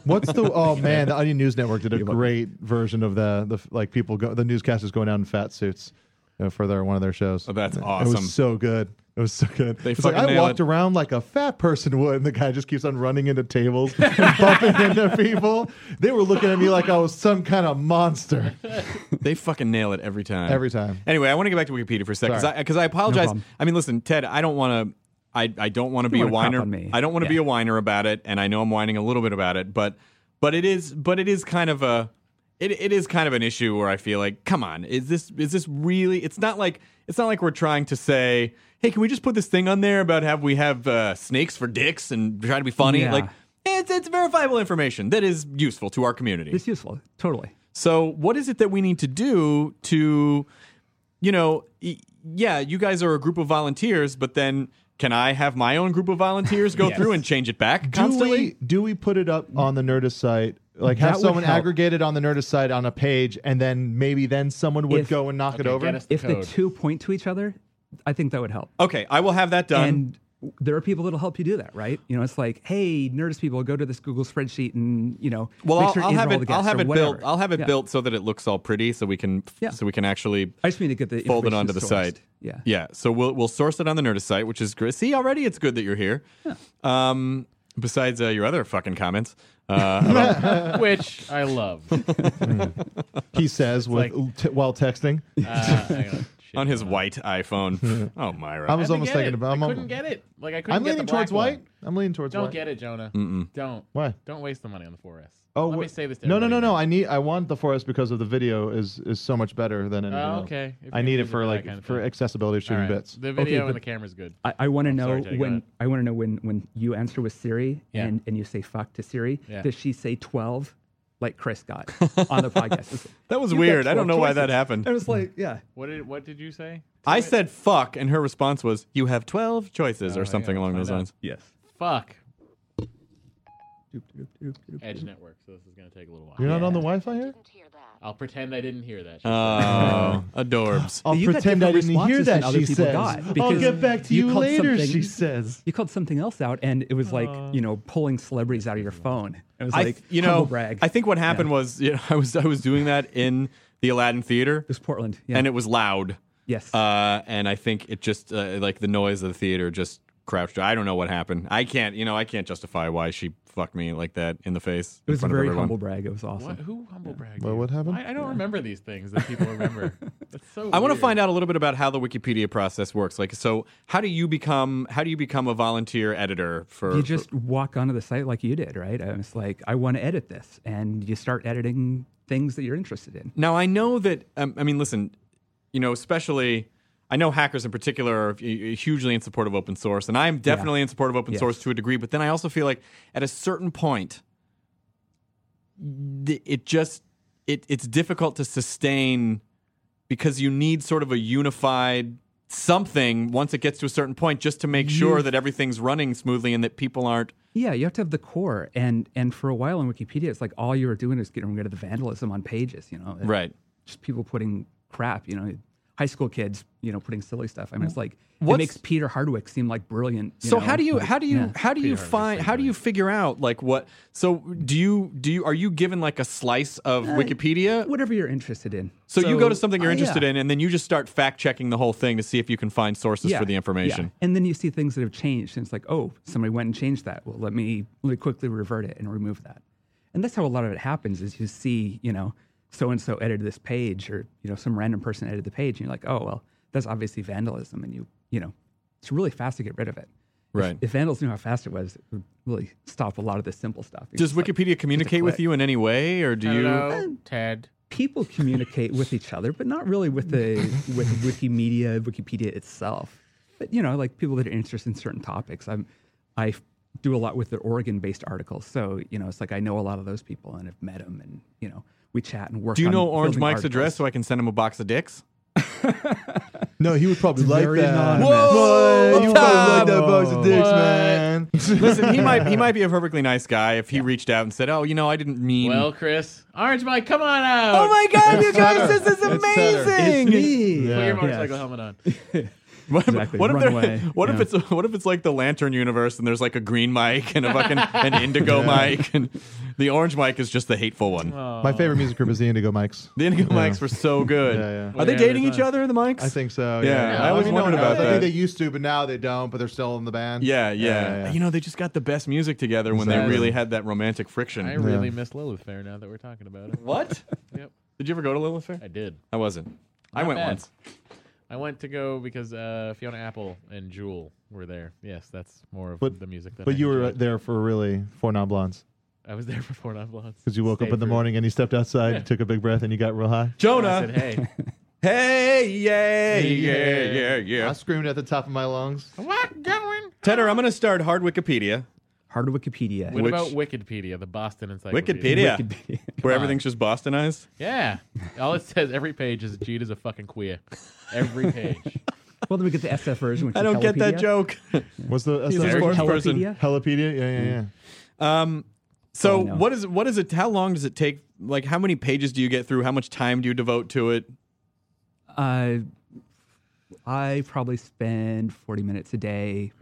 Speaker 3: What's the oh man, the Onion News Network did a great version of the the like people go the newscasters going down in fat suits you know, for their one of their shows.
Speaker 1: Oh, that's
Speaker 3: It
Speaker 1: awesome.
Speaker 3: was so good. It was so good.
Speaker 1: They
Speaker 3: It's like
Speaker 1: fucking
Speaker 3: I
Speaker 1: nail
Speaker 3: walked
Speaker 1: it.
Speaker 3: around like a fat person would, and the guy just keeps on running into tables and bumping into people. They were looking at me like I was some kind of monster.
Speaker 1: They fucking nail it every time.
Speaker 3: Every time.
Speaker 1: Anyway, I want to get back to Wikipedia for a second
Speaker 3: Sorry.
Speaker 1: because I, apologize.
Speaker 6: problem.
Speaker 1: I mean, listen, Ted, I don't want to. I, I don't want to be a
Speaker 6: wanna
Speaker 1: whiner.
Speaker 6: crap on me.
Speaker 1: I don't want to be a whiner about it, and I know I'm whining a little bit about it, but but it is but it is kind of a it, it is kind of an issue where I feel like, come on, is this is this really? It's not like it's not like we're trying to say, hey, can we just put this thing on there about have we have uh, snakes for dicks and try to be funny?
Speaker 6: Yeah.
Speaker 1: Like it's it's verifiable information that is useful to our community.
Speaker 6: It's useful, totally.
Speaker 1: So, what is it that we need to do to, you know, y- yeah, you guys are a group of volunteers, but then can I have my own group of volunteers go through and change it back constantly?
Speaker 3: Do we, do we put it up on the Nerdist site? Like have
Speaker 6: That would
Speaker 3: someone
Speaker 6: help.
Speaker 3: aggregate it on the Nerdist site on a page, and then maybe then someone would
Speaker 6: If-
Speaker 3: go and knock it
Speaker 4: Okay,
Speaker 3: over.
Speaker 4: get us the
Speaker 6: If the
Speaker 4: code.
Speaker 6: two point to each other, I think that would help.
Speaker 1: Okay, I will have that done.
Speaker 6: and there are people that'll help you do that, right? You know, it's like, hey, Nerdist people, go to this Google spreadsheet and you know,
Speaker 1: well,
Speaker 6: make
Speaker 1: I'll,
Speaker 6: sure
Speaker 1: I'll
Speaker 6: these
Speaker 1: have
Speaker 6: are all
Speaker 1: it.
Speaker 6: the
Speaker 1: I'll
Speaker 6: guests
Speaker 1: have
Speaker 6: or
Speaker 1: it
Speaker 6: whatever.
Speaker 1: built. I'll have it
Speaker 6: Yeah.
Speaker 1: built so that it looks all pretty, so we can
Speaker 6: Yeah.
Speaker 1: so we can actually
Speaker 6: I just need to get the
Speaker 1: fold it
Speaker 6: information
Speaker 1: onto the
Speaker 6: sourced.
Speaker 1: site.
Speaker 6: Yeah,
Speaker 1: yeah. So we'll we'll source it on the Nerdist site, which is great. See, already it's good that you're here. Um, besides uh, your other fucking comments. Uh, about-
Speaker 4: which I love. Uh,
Speaker 3: he says with, t- while texting.
Speaker 4: Uh, hang on. Shit.
Speaker 1: on his white iPhone. oh, Myra.
Speaker 3: I was
Speaker 4: I
Speaker 3: almost
Speaker 4: get
Speaker 3: thinking
Speaker 4: it.
Speaker 3: about. I'm,
Speaker 4: I couldn't get it. Like I couldn't
Speaker 3: I'm
Speaker 4: get
Speaker 3: leaning
Speaker 4: the black
Speaker 3: towards white.
Speaker 4: one.
Speaker 3: I'm leaning towards
Speaker 4: Don't
Speaker 3: white.
Speaker 4: get it, Jonah. Don't.
Speaker 3: Why?
Speaker 4: Don't waste the money on the 4S.
Speaker 3: Oh,
Speaker 4: Let
Speaker 3: wh-
Speaker 4: me say this. To
Speaker 3: no, no, no,
Speaker 4: everybody
Speaker 3: no.
Speaker 4: now.
Speaker 3: I need. I want the 4S because of the video is is so much better than anything.
Speaker 4: Oh,
Speaker 3: else.
Speaker 4: okay. If
Speaker 3: I
Speaker 4: you
Speaker 3: need
Speaker 4: use
Speaker 3: it for
Speaker 4: that
Speaker 3: like
Speaker 4: kind of
Speaker 3: for
Speaker 4: thing.
Speaker 3: accessibility of shooting
Speaker 4: All right.
Speaker 3: bits.
Speaker 4: The video
Speaker 3: okay,
Speaker 4: and the
Speaker 3: but
Speaker 4: camera's good.
Speaker 6: I, I want to know
Speaker 4: sorry, Teddy, go
Speaker 6: when
Speaker 4: ahead.
Speaker 6: I want to know when when you answer with Siri
Speaker 4: Yeah.
Speaker 6: and and you say fuck to Siri,
Speaker 4: Yeah.
Speaker 6: does she say twelve? Like Chris got on the podcast. It's-
Speaker 1: That was
Speaker 6: "You've got
Speaker 1: weird. I don't
Speaker 6: 12
Speaker 1: know why that
Speaker 6: choices."
Speaker 1: happened.
Speaker 6: And it's like, yeah,
Speaker 4: What did What did you say?
Speaker 1: I said fuck, and her response was, "You have twelve choices"
Speaker 4: Oh,
Speaker 1: or something
Speaker 4: yeah,
Speaker 1: along
Speaker 4: find
Speaker 1: those
Speaker 4: out.
Speaker 1: lines.
Speaker 6: yes.
Speaker 4: Fuck
Speaker 6: Doop, doop, doop, doop.
Speaker 4: Edge Network. So this is gonna take a little while.
Speaker 3: You're not on the Wi-Fi here.
Speaker 4: I'll pretend I didn't hear that.
Speaker 1: Oh, adorbs.
Speaker 3: I'll
Speaker 6: you got
Speaker 3: pretend I
Speaker 6: different
Speaker 3: didn't hear
Speaker 6: responses than
Speaker 3: that.
Speaker 6: other
Speaker 3: She
Speaker 6: people
Speaker 3: says.
Speaker 6: got,
Speaker 3: I'll
Speaker 6: because
Speaker 3: get back to
Speaker 6: you
Speaker 3: you,
Speaker 6: called
Speaker 3: later.
Speaker 6: something-
Speaker 3: She says.
Speaker 6: You called something else out, and it was like you know pulling celebrities out of your phone. It was
Speaker 1: Uh. I,
Speaker 6: like
Speaker 1: you
Speaker 6: humble
Speaker 1: know,
Speaker 6: brag.
Speaker 1: I think what happened was, you know, I was I was doing that in the Aladdin Theater,
Speaker 6: it was Portland. Yeah.
Speaker 1: and it was loud.
Speaker 6: yes.
Speaker 1: Uh, and I think it just uh, like the noise of the theater just crouched. I don't know what happened. I can't, you know, I can't justify why she fucked me like that in the face.
Speaker 6: it was
Speaker 1: in front
Speaker 6: very
Speaker 1: of everyone.
Speaker 6: humble brag. It was awesome.
Speaker 4: What? Who humble brag?
Speaker 3: Well,
Speaker 4: you?
Speaker 3: what happened?
Speaker 4: I, I don't remember these things that people remember. That's so.
Speaker 1: I want to
Speaker 4: weird.
Speaker 1: find out a little bit about how the Wikipedia process works. Like, so how do you become how do you become a volunteer editor for?
Speaker 6: You just walk onto the site like you did, right? I was like, I want to edit this, and you start editing things that you're interested in.
Speaker 1: now I know that um, I mean, listen, you know, especially I know hackers in particular are hu- hugely in support of open source, and I'm definitely in support of open
Speaker 6: Yes.
Speaker 1: source to a degree. But then I also feel like at a certain point, th- it just it it's difficult to sustain because you need sort of a unified something once it gets to a certain point just to make sure that everything's running smoothly and that people aren't
Speaker 6: Yeah, you have to have the core, and and for a while on Wikipedia, it's like all you were doing is getting rid of the vandalism on pages. You know,
Speaker 1: Right.
Speaker 6: Just people putting crap. You know, high school kids. You know, putting silly stuff. I mean, it's like
Speaker 1: What's-
Speaker 6: it makes Peter Hardwick seem like brilliant.
Speaker 1: So how
Speaker 6: know,
Speaker 1: do you
Speaker 6: like-
Speaker 1: how do you
Speaker 6: yeah.
Speaker 1: how do you find how do you figure out like what so do you do you are you given like a slice of Wikipedia?
Speaker 6: whatever you're interested in.
Speaker 1: So, you go to something you're
Speaker 6: uh,
Speaker 1: interested
Speaker 6: yeah.
Speaker 1: in and then you just start fact checking the whole thing to see if you can find sources
Speaker 6: Yeah,
Speaker 1: for the
Speaker 6: yeah.
Speaker 1: information.
Speaker 6: And then you see things that have changed, and it's like, oh, somebody went and changed that. Well, let me let me quickly revert it and remove that. And that's how a lot of it happens. Is you see, you know, so and so edited this page, or you know, some random person edited the page, and you're like, oh, well, that's obviously vandalism, and you, you know, it's really fast to get rid of it. If-
Speaker 1: Right.
Speaker 6: If, vandals knew how fast it was, it would really stop a lot of the simple stuff. It's
Speaker 1: Does
Speaker 6: like,
Speaker 1: Wikipedia communicate with
Speaker 6: click.
Speaker 1: you in any way or do you
Speaker 4: Hello, Ted.
Speaker 6: people communicate with each other, but not really with the with Wikimedia, Wikipedia itself. but you know, like people that are interested in certain topics. I'm, I f- do a lot with the Oregon-based articles, so you know, it's like I know a lot of those people and have met them, and you know, we chat and work.
Speaker 1: Do you
Speaker 6: on
Speaker 1: know Orange
Speaker 6: building
Speaker 1: Mike's
Speaker 6: articles.
Speaker 1: address so I can send him a box of dicks?
Speaker 3: No, he would probably like
Speaker 6: very
Speaker 3: that.
Speaker 6: anonymous.
Speaker 1: Whoa,
Speaker 3: What? You would probably like that
Speaker 1: Tom.
Speaker 3: box of dicks,
Speaker 1: What?
Speaker 3: man.
Speaker 1: Listen, he might he might be a perfectly nice guy if he reached out and said, "Oh, you know, I didn't mean."
Speaker 4: Well, Chris, Orange Mike, come on out.
Speaker 1: oh my God, you guys,
Speaker 3: better.
Speaker 1: this is
Speaker 3: It's better. It's
Speaker 1: amazing.
Speaker 6: me.
Speaker 4: Put
Speaker 3: Yeah.
Speaker 4: your motorcycle helmet on.
Speaker 1: What,
Speaker 6: Exactly.
Speaker 1: what if
Speaker 6: Run
Speaker 1: they're-
Speaker 6: away.
Speaker 1: What if
Speaker 6: Yeah.
Speaker 1: it's what if it's like the Lantern universe and there's like a green mic and a fucking an indigo mic and the orange mic is just the hateful one.
Speaker 3: My favorite music group is the Indigo Mics.
Speaker 1: The indigo
Speaker 3: Oh. Yeah.
Speaker 1: mics were so good.
Speaker 3: Yeah, yeah.
Speaker 1: Are they
Speaker 4: Yeah,
Speaker 1: dating
Speaker 4: they're
Speaker 1: each
Speaker 4: fun.
Speaker 1: other? The mics?
Speaker 3: I think so.
Speaker 1: Yeah,
Speaker 3: Yeah,
Speaker 1: I always
Speaker 3: mean, no,
Speaker 1: wondered
Speaker 3: no,
Speaker 1: about
Speaker 3: I
Speaker 1: that.
Speaker 3: think they used to, but now they don't. But they're still in the band.
Speaker 1: Yeah, yeah.
Speaker 3: Yeah, yeah.
Speaker 1: You know, they just got the best music together when they
Speaker 3: Exactly.
Speaker 1: really had that romantic friction.
Speaker 4: I really miss Lilith Fair now that we're talking about it.
Speaker 1: what?
Speaker 4: Yep,
Speaker 1: Did you ever go to Lilith Fair?
Speaker 4: I did.
Speaker 1: I wasn't. I
Speaker 4: Not
Speaker 1: went
Speaker 4: bad.
Speaker 1: once.
Speaker 4: I went to go because uh, Fiona Apple and Jewel were there. Yes, that's more of
Speaker 3: But-
Speaker 4: the music. That
Speaker 3: But
Speaker 4: I
Speaker 3: you were
Speaker 4: enjoyed.
Speaker 3: there for really four non blondes
Speaker 4: I was there for Four Non Blondes
Speaker 3: because you woke up
Speaker 4: Stayed
Speaker 3: in the
Speaker 4: for-
Speaker 3: morning and you stepped outside, and took a big breath, and you got real high.
Speaker 4: I
Speaker 1: Jonah.
Speaker 4: said, "Hey,
Speaker 1: Hey, yeah, yeah,
Speaker 4: Hey,
Speaker 1: yeah, yeah.
Speaker 3: I screamed at the top of my lungs.
Speaker 4: what going?"
Speaker 1: Tedder, I'm gonna start hard Wikipedia.
Speaker 6: Hard Wikipedia.
Speaker 4: What
Speaker 1: Which-
Speaker 4: about Wikipedia, the Boston
Speaker 1: Wikipedia,
Speaker 4: Encyclopedia?
Speaker 6: Wikipedia.
Speaker 1: where everything's just Bostonized.
Speaker 4: Yeah, all it says every page is Jude is a fucking queer. Every page.
Speaker 6: Well, then we get the SF version. Which
Speaker 1: I
Speaker 6: is
Speaker 1: don't get that
Speaker 6: Hellopedia.
Speaker 1: joke.
Speaker 3: What's the uh, that's
Speaker 1: He's
Speaker 3: the
Speaker 1: a
Speaker 3: first
Speaker 1: sports
Speaker 3: one?
Speaker 1: person.
Speaker 6: Hellopedia?
Speaker 3: Hellopedia? Yeah, yeah, yeah.
Speaker 1: Um, so
Speaker 6: Oh, no.
Speaker 1: what is what is it? How long does it take? Like, how many pages do you get through? How much time do you devote to it?
Speaker 6: Uh, I probably spend 40 minutes a day.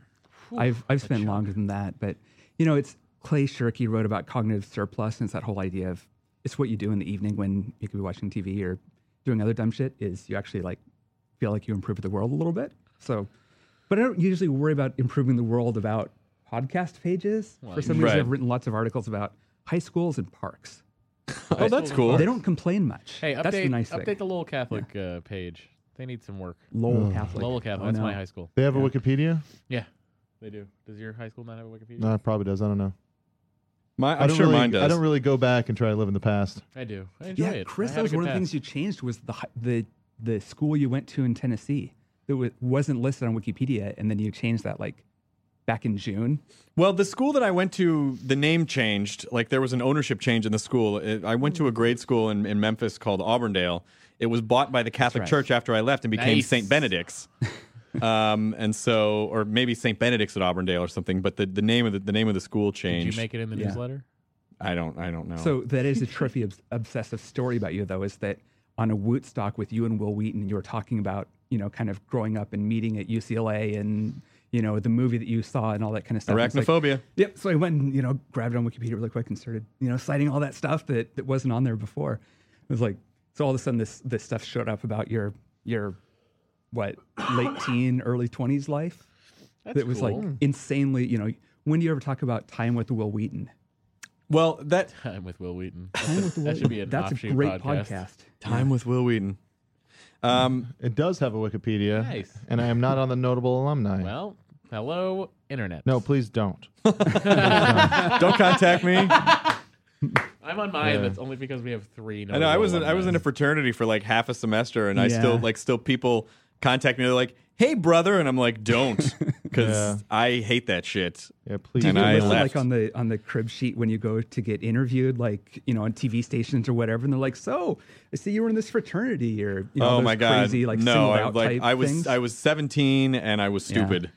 Speaker 6: I've, I've spent longer than that, but you know, it's Clay Shirky wrote about cognitive surplus, and it's that whole idea of it's what you do in the evening when you could be watching TV or doing other dumb shit is you actually like feel like you improve the world a little bit. So, but I don't usually worry about improving the world about podcast pages. For some reason,
Speaker 1: Right.
Speaker 6: I've written lots of articles about high schools and parks.
Speaker 1: Oh, that's cool.
Speaker 6: They don't complain much.
Speaker 4: Hey, update
Speaker 6: That's the nice
Speaker 4: update
Speaker 6: thing.
Speaker 4: the Lowell Catholic uh, page. They need some work.
Speaker 6: Lowell Catholic.
Speaker 4: Lowell Catholic.
Speaker 6: Oh,
Speaker 4: that's
Speaker 6: no.
Speaker 4: my high school.
Speaker 3: They have a Wikipedia?
Speaker 4: Yeah, they do. Does your high school not have a Wikipedia?
Speaker 3: No, it probably does. I don't know.
Speaker 1: My,
Speaker 3: I
Speaker 1: I'm
Speaker 3: don't
Speaker 1: sure
Speaker 3: really,
Speaker 1: mine does.
Speaker 3: I don't really go back and try to live in the past.
Speaker 4: I do. I enjoy
Speaker 6: Yeah,
Speaker 4: it.
Speaker 6: Chris,
Speaker 4: I
Speaker 6: that was one of the things you changed was the hi- the the school you went to in Tennessee that wa- wasn't listed on Wikipedia, and then you changed that like back in June.
Speaker 1: Well, the school that I went to, the name changed. Like there was an ownership change in the school. It, I went to a grade school in, in Memphis called Auburndale. It was bought by the Catholic
Speaker 6: right.
Speaker 1: Church after I left and became
Speaker 4: Nice.
Speaker 1: St. Benedict's. um, and so, or maybe St. Benedict's at Auburndale or something. But the, the name of the, the name of the school
Speaker 4: Did
Speaker 1: changed.
Speaker 4: you make it in the
Speaker 6: Yeah.
Speaker 4: newsletter?
Speaker 1: I don't. I
Speaker 4: Oh.
Speaker 1: don't know.
Speaker 6: So that is a trippy obs- obsessive story about you, though, is that on a Wootstock with you and Will Wheaton, you were talking about you know kind of growing up and meeting at UCLA and you know the movie that you saw and all that kind of stuff. And it's like-
Speaker 1: arachnophobia.
Speaker 6: Yep. So I went and, you know, grabbed it on Wikipedia really quick and started, you know, citing all that stuff that, that wasn't on there before. It was like, so all of a sudden this, this stuff showed up about your, your, what, late teen, early 20s life
Speaker 4: That's
Speaker 6: that was like insanely, you know, when do you ever talk about time with Will Wheaton?
Speaker 1: well, that
Speaker 4: time with Will Wheaton. That's a- that should be an
Speaker 6: That's a
Speaker 4: offshoot
Speaker 6: great podcast.
Speaker 1: time with Will Wheaton. Um,
Speaker 3: It does have a Wikipedia.
Speaker 4: Nice.
Speaker 3: And I am not on the notable alumni.
Speaker 4: Well, hello, internet.
Speaker 3: no, please don't.
Speaker 1: don't contact me.
Speaker 4: I'm on mine. That's only because we have three.
Speaker 1: I know I was in, I was in a fraternity for like half a semester, and I
Speaker 6: Yeah.
Speaker 1: still like still people contact me. They're like, "Hey, brother," and I'm like, "Don't," because
Speaker 3: Yeah.
Speaker 1: I hate that shit.
Speaker 3: Yeah, please.
Speaker 1: And
Speaker 3: don't.
Speaker 1: I
Speaker 6: Listed,
Speaker 1: left.
Speaker 6: like on the on the crib sheet when you go to get interviewed, like you know on TV stations or whatever, and they're like, "So I see you were in this fraternity or you know,
Speaker 1: oh
Speaker 6: those
Speaker 1: my god,
Speaker 6: crazy like
Speaker 1: no!
Speaker 6: singled
Speaker 1: I,
Speaker 6: out
Speaker 1: like
Speaker 6: type
Speaker 1: I was
Speaker 6: things.
Speaker 1: I was 17 and I was stupid,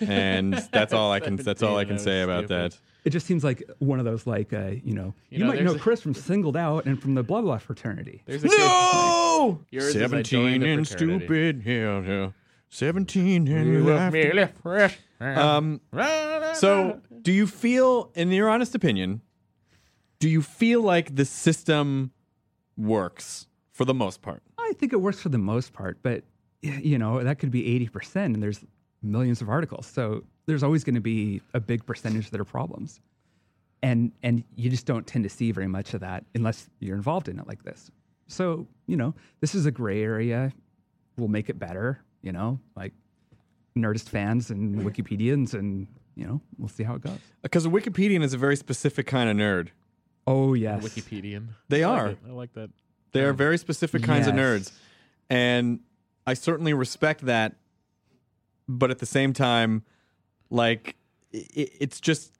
Speaker 1: and that's all I can that's all I
Speaker 4: 17
Speaker 1: can
Speaker 4: and I
Speaker 1: say
Speaker 4: was
Speaker 1: about
Speaker 4: stupid.
Speaker 1: that.
Speaker 6: It just seems like one of those, like, uh, you know, you,
Speaker 4: know,
Speaker 6: might know
Speaker 4: there's a-
Speaker 6: Chris from Singled Out and from the blah blah fraternity.
Speaker 4: There's a
Speaker 1: No,
Speaker 4: Yours is I joined
Speaker 1: 17
Speaker 4: a
Speaker 1: and
Speaker 4: fraternity.
Speaker 1: stupid. Yeah, yeah. 17 and you left me.
Speaker 4: kid.
Speaker 1: Um, So, do you feel, in your honest opinion, do you feel like the system works for the most part?
Speaker 6: I think it works for the most part, but y- you know, that could be 80%, and there's millions of articles. So there's always going to be a big percentage that are problems. And and you just don't tend to see very much of that unless you're involved in it like this. So, you know, this is a gray area. We'll make it better, you know, like Nerdist fans and Wikipedians and, you know, we'll see how it goes.
Speaker 1: Because a Wikipedian is a very specific kind of nerd.
Speaker 6: Oh, yes.
Speaker 4: Wikipedian.
Speaker 1: They
Speaker 4: I like
Speaker 1: are.
Speaker 4: it. I like that.
Speaker 1: They are very specific kinds of
Speaker 6: Yes.
Speaker 1: nerds. And I certainly respect that. but at the same time, like it, it's just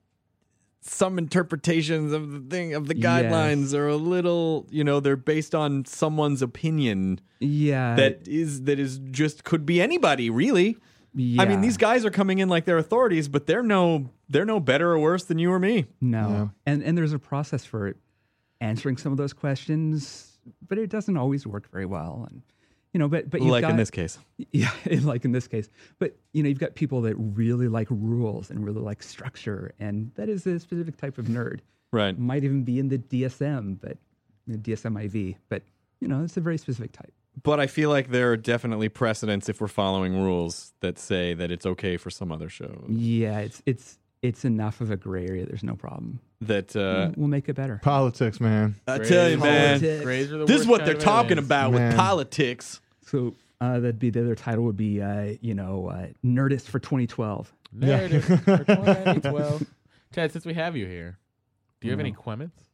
Speaker 1: some interpretations of the thing of the guidelines are a little, you know, they're based on someone's opinion
Speaker 6: Yeah.
Speaker 1: that is that is just could be anybody really. I
Speaker 6: Yeah.
Speaker 1: mean, these guys are coming in like they're authorities, but they're no they're no better or worse than you or me.
Speaker 6: No. And and there's a process for answering some of those questions, but it doesn't always work very well. And you know, but but you've
Speaker 1: like
Speaker 6: got,
Speaker 1: in this case.
Speaker 6: yeah, like in this case. But you know, you've got people that really like rules and really like structure, and that is a specific type of nerd.
Speaker 1: Right.
Speaker 6: Might even be in the DSM, but the DSM IV. But you know, it's a very specific type.
Speaker 1: But I feel like there are definitely precedents if we're following rules that say that it's okay for some other shows.
Speaker 6: Yeah, it's it's it's enough of a gray area. There's no problem.
Speaker 1: That uh,
Speaker 6: We'll- we'll make it better.
Speaker 3: Politics, man.
Speaker 1: I tell you, man,
Speaker 6: Politics.
Speaker 4: Grades are the
Speaker 1: this is
Speaker 4: worst
Speaker 1: what
Speaker 4: kind
Speaker 1: they're
Speaker 4: of
Speaker 1: talking
Speaker 4: aliens.
Speaker 1: about with
Speaker 3: Man.
Speaker 1: politics.
Speaker 6: So uh, that'd be the other title would be uh, you know uh, Nerdist for 2012.
Speaker 4: Narrative for 2012. Ted, since we have you here, do you have any
Speaker 1: Mm-hmm.
Speaker 4: comments?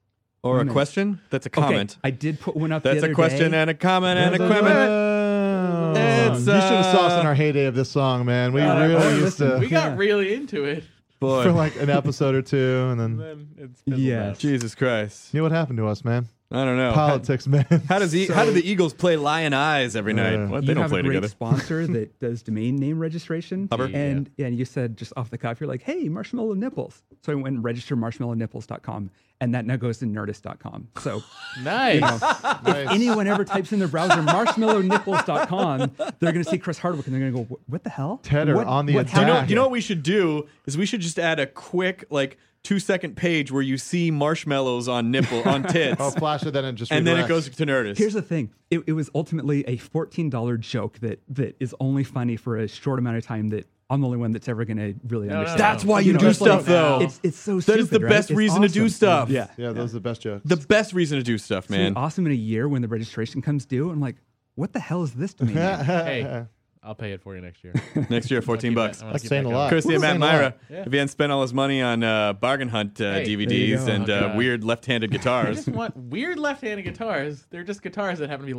Speaker 1: Or a question? That's a comment.
Speaker 6: Okay, I did put one up. the
Speaker 1: That's a
Speaker 6: other
Speaker 1: question
Speaker 6: day.
Speaker 1: and a comment and a comment.
Speaker 3: Wow.
Speaker 1: It's,
Speaker 3: you should have saw us
Speaker 1: uh,
Speaker 3: in our heyday of this song, man. We
Speaker 4: Uh,
Speaker 3: really
Speaker 4: oh,
Speaker 3: used
Speaker 6: listen,
Speaker 3: to
Speaker 4: We got really into it.
Speaker 3: for
Speaker 1: Boy,
Speaker 3: like an episode or two, and then
Speaker 4: Then it's
Speaker 6: Yes.
Speaker 1: Jesus Christ!
Speaker 3: you know what happened to us, man?
Speaker 1: I don't know.
Speaker 3: Politics, man.
Speaker 1: Oh, How does e- how do the Eagles play Lion Eyes every night?
Speaker 3: Uh,
Speaker 1: What?
Speaker 6: you
Speaker 1: They don't
Speaker 6: have
Speaker 1: play
Speaker 6: a great
Speaker 1: together.
Speaker 6: sponsor that does domain name registration,
Speaker 1: Hubbard? Yeah.
Speaker 6: and and you said just off the cuff, you're like, "Hey, marshmallow nipples." So I went and registered marshmallownipples.com, and that now goes to nerdist.com. So
Speaker 4: Nice.
Speaker 6: if anyone ever types in their browser marshmallownipples.com, they're going to see Chris Hardwick, and they're going to go, "Wh- "What the hell?"
Speaker 3: Ted are
Speaker 6: What-
Speaker 3: on the
Speaker 6: what
Speaker 3: attack.
Speaker 1: You know,
Speaker 6: happened?"
Speaker 1: you know what we should do is we should just add a quick like two second page where you see marshmallows on nipple on tits,
Speaker 6: Oh,
Speaker 3: I'll Oh, flash it, then it just
Speaker 1: and then it
Speaker 3: redirects.
Speaker 1: goes to Nerdist.
Speaker 6: Here's the thing. It, it was ultimately a $14 joke that that is only funny for a short amount of time that I'm the only one that's ever going to really
Speaker 4: no,
Speaker 6: understand.
Speaker 4: no.
Speaker 1: That's why you,
Speaker 6: know,
Speaker 1: do
Speaker 6: it's like-
Speaker 1: stuff, though.
Speaker 6: It's, it's so
Speaker 1: That is the
Speaker 6: stupid, right?
Speaker 1: best
Speaker 6: It's
Speaker 1: reason to do
Speaker 6: awesome.
Speaker 1: stuff.
Speaker 6: Yeah.
Speaker 3: Yeah, those are the best jokes.
Speaker 1: the best reason to do stuff, man.
Speaker 6: Awesome in a year when the registration comes due. I'm like, what the hell is this domain name?
Speaker 4: hey, I'll pay it for you next year.
Speaker 1: Next year, fourteen bucks.
Speaker 4: I'm gonna
Speaker 3: That's
Speaker 4: keep
Speaker 3: saying
Speaker 4: that
Speaker 3: a
Speaker 4: going.
Speaker 3: lot.
Speaker 1: Kirsty and Matt
Speaker 3: Saying a lot.
Speaker 1: Myra, if he hadn't spent all his money on uh, bargain hunt uh,
Speaker 4: Hey,
Speaker 1: DVDs
Speaker 6: there you go.
Speaker 1: and uh,
Speaker 4: Okay.
Speaker 1: weird left-handed
Speaker 4: I
Speaker 1: guitars.
Speaker 4: just want weird left-handed guitars. They're just guitars that happen to be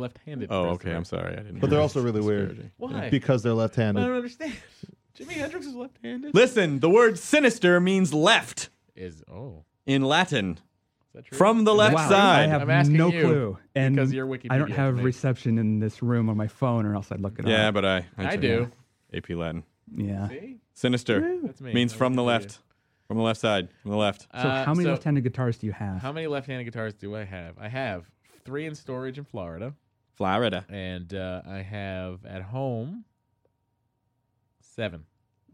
Speaker 4: left-handed.
Speaker 1: oh,
Speaker 4: That's
Speaker 1: okay.
Speaker 4: the-
Speaker 1: I'm sorry, I didn't.
Speaker 3: But they're also really weird
Speaker 4: Why?
Speaker 3: because they're
Speaker 4: I don't
Speaker 3: left-handed.
Speaker 4: understand. Jimi Hendrix is left-handed.
Speaker 1: Listen, the word sinister means left
Speaker 4: Is oh,
Speaker 1: in Latin.
Speaker 4: is that true?
Speaker 1: From the left
Speaker 6: Wow, I
Speaker 1: side.
Speaker 6: have
Speaker 4: I'm asking
Speaker 6: no
Speaker 4: you
Speaker 6: clue. And
Speaker 4: because you're
Speaker 6: I don't
Speaker 4: Wikipedia
Speaker 6: have
Speaker 4: to me.
Speaker 6: reception in this room on my phone, or else I'd look it
Speaker 1: yeah,
Speaker 6: up.
Speaker 1: but I.
Speaker 4: I
Speaker 1: check
Speaker 4: do.
Speaker 1: it. AP Latin.
Speaker 6: Yeah.
Speaker 4: See?
Speaker 1: Sinister
Speaker 4: That's me.
Speaker 1: means
Speaker 4: I'm
Speaker 1: from the
Speaker 4: Wikipedia.
Speaker 1: left, from the left side, from the left.
Speaker 6: So,
Speaker 4: Uh,
Speaker 6: how many
Speaker 4: so
Speaker 6: left-handed guitars do you have?
Speaker 4: how many left-handed guitars do I have? I have three in storage in Florida,
Speaker 1: Florida.
Speaker 4: and uh, I have at home seven.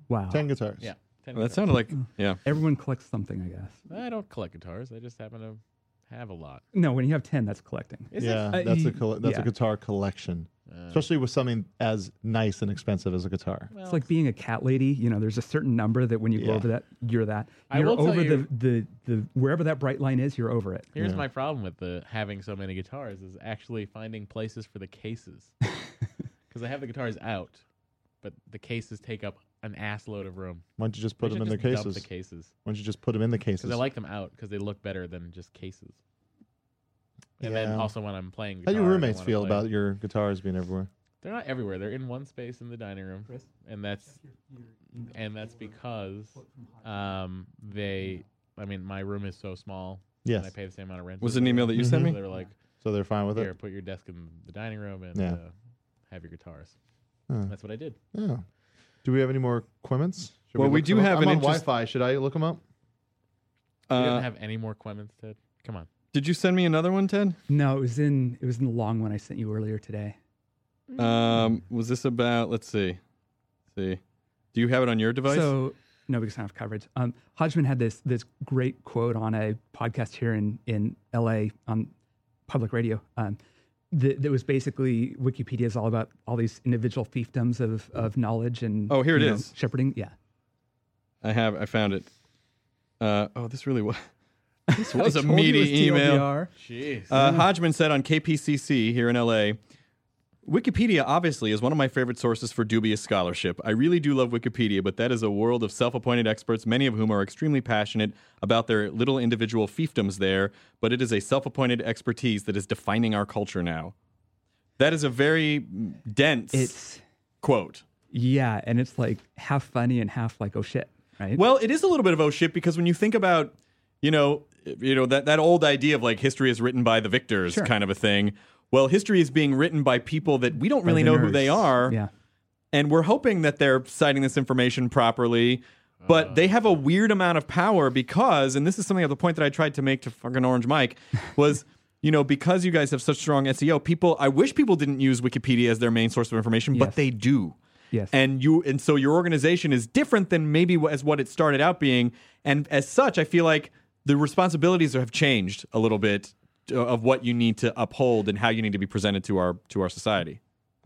Speaker 6: wow.
Speaker 3: Ten guitars.
Speaker 4: Yeah,
Speaker 1: That
Speaker 4: ten. guitars.
Speaker 1: sounded like
Speaker 6: Mm.
Speaker 1: yeah.
Speaker 6: Everyone collects something, I guess.
Speaker 4: I don't collect guitars. I just happen to have a lot.
Speaker 6: No, when you have 10, that's collecting.
Speaker 4: Is
Speaker 3: yeah,
Speaker 6: Uh,
Speaker 3: that's
Speaker 6: y-
Speaker 3: a colle- that's
Speaker 6: yeah.
Speaker 3: a guitar collection, especially with something as nice and expensive as a guitar.
Speaker 4: Well,
Speaker 6: It's like being a cat lady. You know, there's a certain number that when you go
Speaker 3: Yeah.
Speaker 6: over that, you're that.
Speaker 4: I
Speaker 6: You're
Speaker 4: will tell
Speaker 6: over
Speaker 4: you-
Speaker 6: the, the the wherever that bright line is, you're over it.
Speaker 4: Here's my problem with the having so many guitars is actually finding places for the cases. Because I have the guitars out, but the cases take up an ass load of room.
Speaker 3: Why don't you just
Speaker 4: They
Speaker 3: put them
Speaker 4: should
Speaker 3: in their
Speaker 4: just dump
Speaker 3: cases?
Speaker 4: The cases.
Speaker 3: Why don't you just put them in the cases?
Speaker 4: Because I like them out because they look better than just cases. And
Speaker 3: Yeah.
Speaker 4: then also when I'm playing
Speaker 3: How
Speaker 4: guitar.
Speaker 3: do your
Speaker 4: I
Speaker 3: roommates
Speaker 4: wanna
Speaker 3: feel
Speaker 4: play-
Speaker 3: about your guitars being everywhere?
Speaker 4: They're not everywhere. They're in one space in the dining room, and that's and that's because um, they. I mean, my room is so small.
Speaker 3: Yes.
Speaker 4: And I pay the same amount of rent.
Speaker 1: Was
Speaker 4: as
Speaker 1: it an
Speaker 4: they
Speaker 1: email
Speaker 4: do,
Speaker 1: that you
Speaker 4: so
Speaker 1: sent me?
Speaker 4: They were like,
Speaker 3: So they're fine with
Speaker 4: here,
Speaker 3: it.
Speaker 4: put your desk in the dining room and
Speaker 3: Yeah.
Speaker 4: uh, have your guitars.
Speaker 3: Hmm.
Speaker 4: That's what I did.
Speaker 3: Yeah. Do we have any more comments? Should
Speaker 1: Well, we
Speaker 3: look
Speaker 1: do
Speaker 3: them up?
Speaker 1: have
Speaker 3: I'm
Speaker 1: an
Speaker 3: on
Speaker 1: interest-
Speaker 3: Wi-Fi. Should I look them up?
Speaker 4: You
Speaker 1: Uh,
Speaker 4: didn't have any more comments, Ted? Come on.
Speaker 1: did you send me another one, Ted?
Speaker 6: No, it was in it was in the long one I sent you earlier today. Mm.
Speaker 1: Um, was this about? Let's see. see. Do you have it on your device?
Speaker 6: So no, because I don't have coverage. Um, Hodgman had this this great quote on a podcast here in in L.A. on public radio. Um, that, that was basically Wikipedia is all about all these individual fiefdoms of of knowledge and
Speaker 1: Oh, here it
Speaker 6: you know,
Speaker 1: is.
Speaker 6: shepherding. Yeah,
Speaker 1: I have. I found it. Uh, oh, this really was. This was
Speaker 6: I
Speaker 1: a
Speaker 6: told you it was
Speaker 1: meaty email.
Speaker 6: TLDR.
Speaker 4: Jeez.
Speaker 1: Uh, Hodgman said on KPCC here in LA. Wikipedia obviously is one of my favorite sources for dubious scholarship. I really do love Wikipedia, but that is a world of self appointed experts, many of whom are extremely passionate about their little individual fiefdoms there, but it is a self appointed expertise that is defining our culture now. That is a very dense
Speaker 6: It's
Speaker 1: quote.
Speaker 6: Yeah, and it's like half funny and half like oh shit, right?
Speaker 1: Well, it is a little bit of oh shit because when you think about, you know, you know that that old idea of like history is written by the victors kind of a thing. Well, history is being written by people that we don't
Speaker 6: By
Speaker 1: really
Speaker 6: the
Speaker 1: know who they
Speaker 6: nerds.
Speaker 1: are,
Speaker 6: Yeah.
Speaker 1: and we're hoping that they're citing this information properly. But they have a weird amount of power because, and this is something of the point that I tried to make to fucking Orange Mike, was you know because you guys have such strong SEO, people. I wish people didn't use Wikipedia as their main source of information, but
Speaker 6: Yes.
Speaker 1: they do
Speaker 6: Yes.
Speaker 1: and you and so your organization is different than maybe wh- as what it started out being and as such i feel like the responsibilities have changed a little bit uh, of what you need to uphold and how you need to be presented to our to our society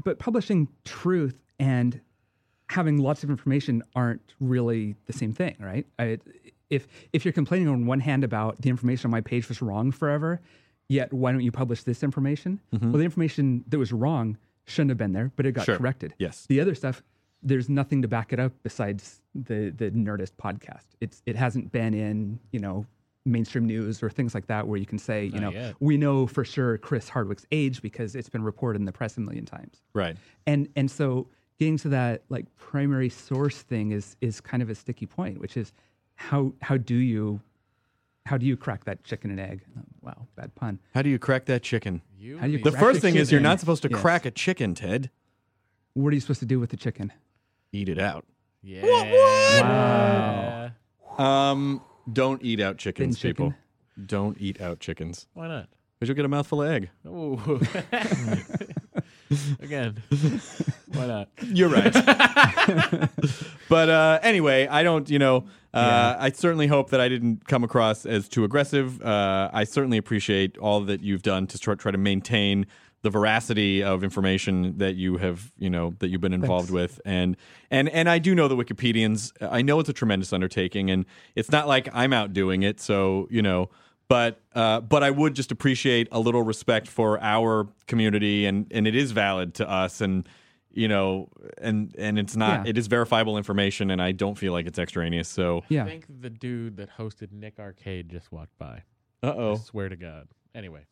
Speaker 6: but publishing truth and having lots of information aren't really the same thing, right? I, if if you're complaining on one hand about the information on my page was wrong forever, yet why don't you publish this information? Well, the information that was wrong shouldn't have been there, but it got
Speaker 1: Mm-hmm. Sure.
Speaker 6: corrected.
Speaker 1: Yes.
Speaker 6: The other stuff, there's nothing to back it up besides the the Nerdist podcast. It's it hasn't been in you know mainstream news or things like that where you can say you know
Speaker 4: yet.
Speaker 6: we know for sure Chris Hardwick's age because it's been reported in the press a million times
Speaker 1: right
Speaker 6: and and so getting to that like primary source thing is is kind of a sticky point which is how how do you how do you crack that chicken and egg Um, wow bad pun
Speaker 1: how do you crack that chicken
Speaker 4: You
Speaker 6: How do you
Speaker 4: need-
Speaker 1: the
Speaker 6: Crack
Speaker 1: first
Speaker 6: a
Speaker 1: thing is you're
Speaker 6: chicken.
Speaker 1: not supposed to
Speaker 6: Yes.
Speaker 1: crack a chicken ted
Speaker 6: what are you supposed to do with the chicken
Speaker 1: eat it out
Speaker 4: yeah.
Speaker 6: Wow.
Speaker 1: um don't eat out chickens
Speaker 6: Thin chicken.
Speaker 1: people don't eat out chickens
Speaker 4: Why not?
Speaker 1: because you'll get a mouthful of egg
Speaker 4: Ooh. Again. Why not?
Speaker 1: You're right. but uh, anyway, I don't, you know, uh, I certainly hope that I didn't come across as too aggressive. Uh, I certainly appreciate all that you've done to try, try to maintain the veracity of information that you have, you know, that you've been involved with. And and and I do know the Wikipedians. I know it's a tremendous undertaking, and it's not like I'm out doing it. So you know. But uh, but I would just appreciate a little respect for our community, and, and it is valid to us, and you know, and and it's not.
Speaker 6: Yeah.
Speaker 1: It is verifiable information, and I don't feel like it's extraneous. So,
Speaker 6: yeah
Speaker 4: I think the dude that hosted Nick Arcade just walked by.
Speaker 1: uh
Speaker 4: I
Speaker 1: oh.
Speaker 4: swear to God. Anyway.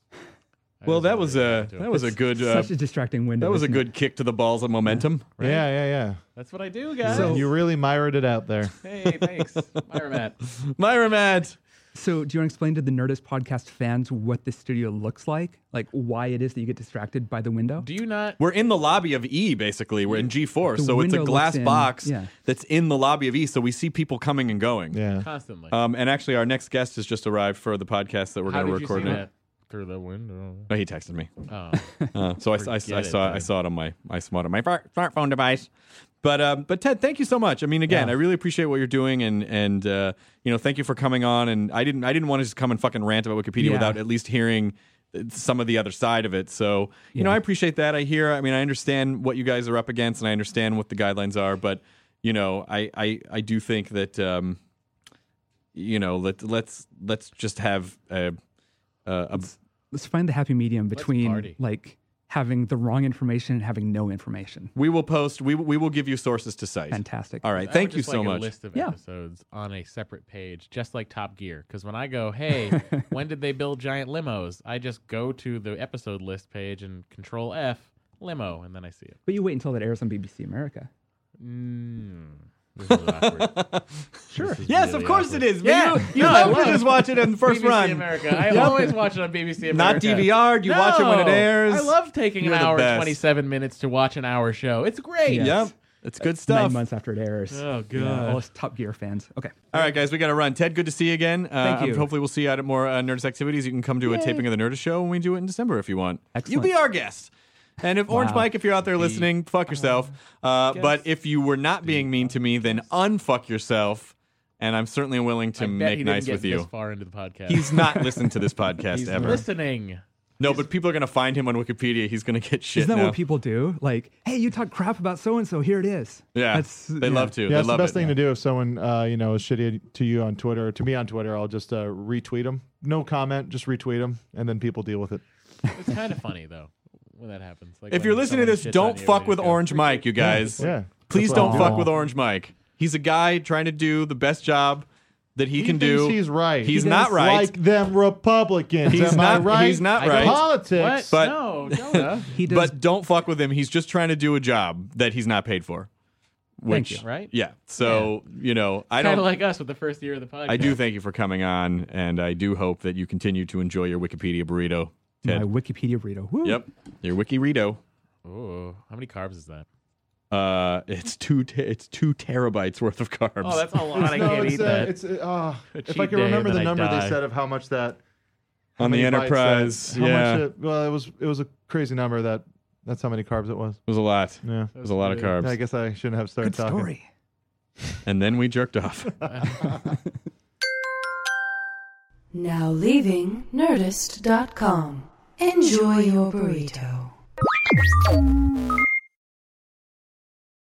Speaker 4: I
Speaker 1: Well,
Speaker 4: just
Speaker 1: that
Speaker 4: wanted
Speaker 1: was
Speaker 4: to
Speaker 1: a
Speaker 4: react to it.
Speaker 1: that was a good uh,
Speaker 6: such a distracting window
Speaker 1: that was a
Speaker 6: isn't it?
Speaker 1: good kick to the balls of momentum.
Speaker 4: Right?
Speaker 3: Yeah, yeah,
Speaker 4: That's what I do,
Speaker 3: yeah.
Speaker 4: guys.
Speaker 6: So-
Speaker 3: you really mired it out there.
Speaker 4: hey, thanks, Myra Matt.
Speaker 1: Myra Matt.
Speaker 6: so do you want to explain to the nerdist podcast fans what this studio looks like like why it is that you get distracted by the window
Speaker 4: Do you not?
Speaker 1: We're in the lobby of E, basically. We're in G4, so
Speaker 6: The
Speaker 1: it's a
Speaker 6: window looks
Speaker 1: glass
Speaker 6: in,
Speaker 1: box
Speaker 6: yeah.
Speaker 1: that's in the lobby of E. So we see people coming and going.
Speaker 3: Yeah.
Speaker 4: Constantly.
Speaker 1: Um, and actually, our next guest has just arrived for the podcast that we're
Speaker 4: How
Speaker 1: going to
Speaker 4: did you see
Speaker 1: record.
Speaker 4: that? Through the window.
Speaker 1: No, he texted me.
Speaker 4: Oh.
Speaker 1: Uh, so I, I- I
Speaker 4: Forget it,
Speaker 1: saw I
Speaker 4: dude.
Speaker 1: saw it on my I saw it on my fart- smartphone device. But um, but Ted, thank you so much. I mean, again, I really appreciate what you're doing, and and uh, you know, thank you for coming on. And I didn't I didn't want to just come and fucking rant about Wikipedia
Speaker 6: Yeah.
Speaker 1: without at least hearing uh, some of the other side of it. So you know, I appreciate that. I hear. I mean, I understand what you guys are up against, and I understand what the guidelines are. But you know, I I, I do think that um, you know let let's let's just have a, a, a
Speaker 6: let's find the happy medium between
Speaker 4: party.
Speaker 6: like having the wrong information and having no information
Speaker 1: we will post we we will give you sources to cite.
Speaker 6: fantastic
Speaker 1: All right.
Speaker 4: That
Speaker 1: Thank
Speaker 4: were
Speaker 1: you
Speaker 4: just
Speaker 1: so
Speaker 4: like
Speaker 1: much.
Speaker 4: A list of
Speaker 6: Yeah.
Speaker 4: episodes on a separate page, just like Top Gear. Because when I go, hey, when did they build giant limos? I just go to the episode list page and Control F limo, and then I see it.
Speaker 6: but you wait until that airs on bbc america
Speaker 4: Mm. This is awkward.
Speaker 6: sure
Speaker 1: Yes,
Speaker 4: really
Speaker 1: of course
Speaker 4: awkward.
Speaker 1: it is.
Speaker 4: Yeah.
Speaker 1: You, you
Speaker 4: No, I
Speaker 1: love to
Speaker 4: love
Speaker 1: just
Speaker 4: it.
Speaker 1: watch it in the first
Speaker 4: BBC
Speaker 1: run.
Speaker 4: America. I always watch it on BBC America.
Speaker 1: Not DVR. You watch it when it
Speaker 4: No.
Speaker 1: airs.
Speaker 4: I love taking
Speaker 1: You're
Speaker 4: an
Speaker 1: the
Speaker 4: hour
Speaker 1: best.
Speaker 4: and 27 minutes to watch an hour show. It's great.
Speaker 6: Yes.
Speaker 1: Yep. It's good
Speaker 6: Nine
Speaker 1: stuff.
Speaker 6: months after it airs.
Speaker 4: Oh, God.
Speaker 6: Yeah, all us Top Gear fans. Okay.
Speaker 1: All right, guys, we got to run. Ted, good to see you again. Uh,
Speaker 6: Thank you.
Speaker 1: Hopefully, we'll see you out at more uh, Nerdist activities. You can come to a taping of the Nerdist show when we do it in December if you want.
Speaker 6: Excellent.
Speaker 1: You'll be our guest. And if Orange
Speaker 6: Wow.
Speaker 1: Mike, if you're out there listening, fuck yourself. Uh, but if you were not being mean to me, then unfuck yourself. And I'm certainly willing to
Speaker 4: I bet he
Speaker 1: make
Speaker 4: didn't
Speaker 1: nice
Speaker 4: get
Speaker 1: with
Speaker 4: This
Speaker 1: you.
Speaker 4: far into the podcast.
Speaker 1: He's not listened to this podcast
Speaker 4: He's
Speaker 1: ever.
Speaker 4: listening.
Speaker 1: No, but people are going to find him on Wikipedia. He's going to get shit.
Speaker 6: Isn't that
Speaker 1: now.
Speaker 6: what people do? Like, hey, you talk crap about so and so. Here it is.
Speaker 1: Yeah,
Speaker 6: That's,
Speaker 1: they
Speaker 6: yeah.
Speaker 1: love to.
Speaker 3: Yeah,
Speaker 1: they
Speaker 3: that's the
Speaker 1: love
Speaker 3: best
Speaker 1: it.
Speaker 3: thing to do if someone uh, you know is shitty to you on Twitter or to me on Twitter. I'll just uh, retweet them. No comment, just retweet them, and then people deal with it.
Speaker 4: It's kind of funny though when that happens. Like
Speaker 1: If
Speaker 4: when
Speaker 1: you're listening to
Speaker 4: someone
Speaker 1: this,
Speaker 4: shits on
Speaker 1: don't
Speaker 4: you
Speaker 1: fuck
Speaker 4: and
Speaker 1: with
Speaker 4: you go,
Speaker 1: Orange Mike, you guys.
Speaker 3: Yeah,
Speaker 1: Please
Speaker 3: That's what
Speaker 1: don't
Speaker 3: I'll
Speaker 1: fuck
Speaker 3: do.
Speaker 1: with Orange Mike. He's a guy trying to do the best job that he,
Speaker 3: He
Speaker 1: can
Speaker 3: thinks
Speaker 1: do.
Speaker 3: He's right.
Speaker 1: He's
Speaker 3: He
Speaker 1: not
Speaker 3: does
Speaker 1: right.
Speaker 3: Like them Republicans.
Speaker 1: He's
Speaker 3: Am I
Speaker 1: not-
Speaker 3: right?
Speaker 1: he's not
Speaker 4: I right. don't- What?
Speaker 3: Politics.
Speaker 1: But-
Speaker 4: no, Jonah.
Speaker 6: He does.
Speaker 1: but don't fuck with him. He's just trying to do a job that he's not paid for. Which,
Speaker 6: you.
Speaker 4: Right?
Speaker 1: Yeah. So you know, I
Speaker 4: Kind
Speaker 1: don't.
Speaker 4: of like us with the first year of the podcast.
Speaker 1: I do thank you for coming on, and I do hope that you continue to enjoy your Wikipedia burrito.
Speaker 6: My
Speaker 1: Ted.
Speaker 6: Wikipedia burrito. Woo.
Speaker 1: Yep, your Wiki burrito.
Speaker 4: Ooh, how many carbs is that?
Speaker 1: Uh, it's two. Te- it's two terabytes worth of carbs.
Speaker 4: Oh, that's a lot. I can't
Speaker 3: it's,
Speaker 4: eat that.
Speaker 3: it's uh, if I
Speaker 4: cheat
Speaker 3: could
Speaker 4: day
Speaker 3: remember
Speaker 4: and
Speaker 3: the
Speaker 4: then I
Speaker 3: number
Speaker 4: die.
Speaker 3: they said of how much that how
Speaker 1: on the
Speaker 3: many bytes
Speaker 1: Enterprise.
Speaker 3: that- how
Speaker 1: yeah,
Speaker 3: much
Speaker 1: it
Speaker 3: it, well, it was it was a crazy number that that's how many carbs it was.
Speaker 1: was a lot.
Speaker 3: Yeah,
Speaker 1: It was a lot of carbs.
Speaker 3: I guess I shouldn't have started
Speaker 6: Good
Speaker 3: talking.
Speaker 6: story.
Speaker 1: And then we jerked off.
Speaker 2: Now leaving Nerdist.com. Enjoy your burrito.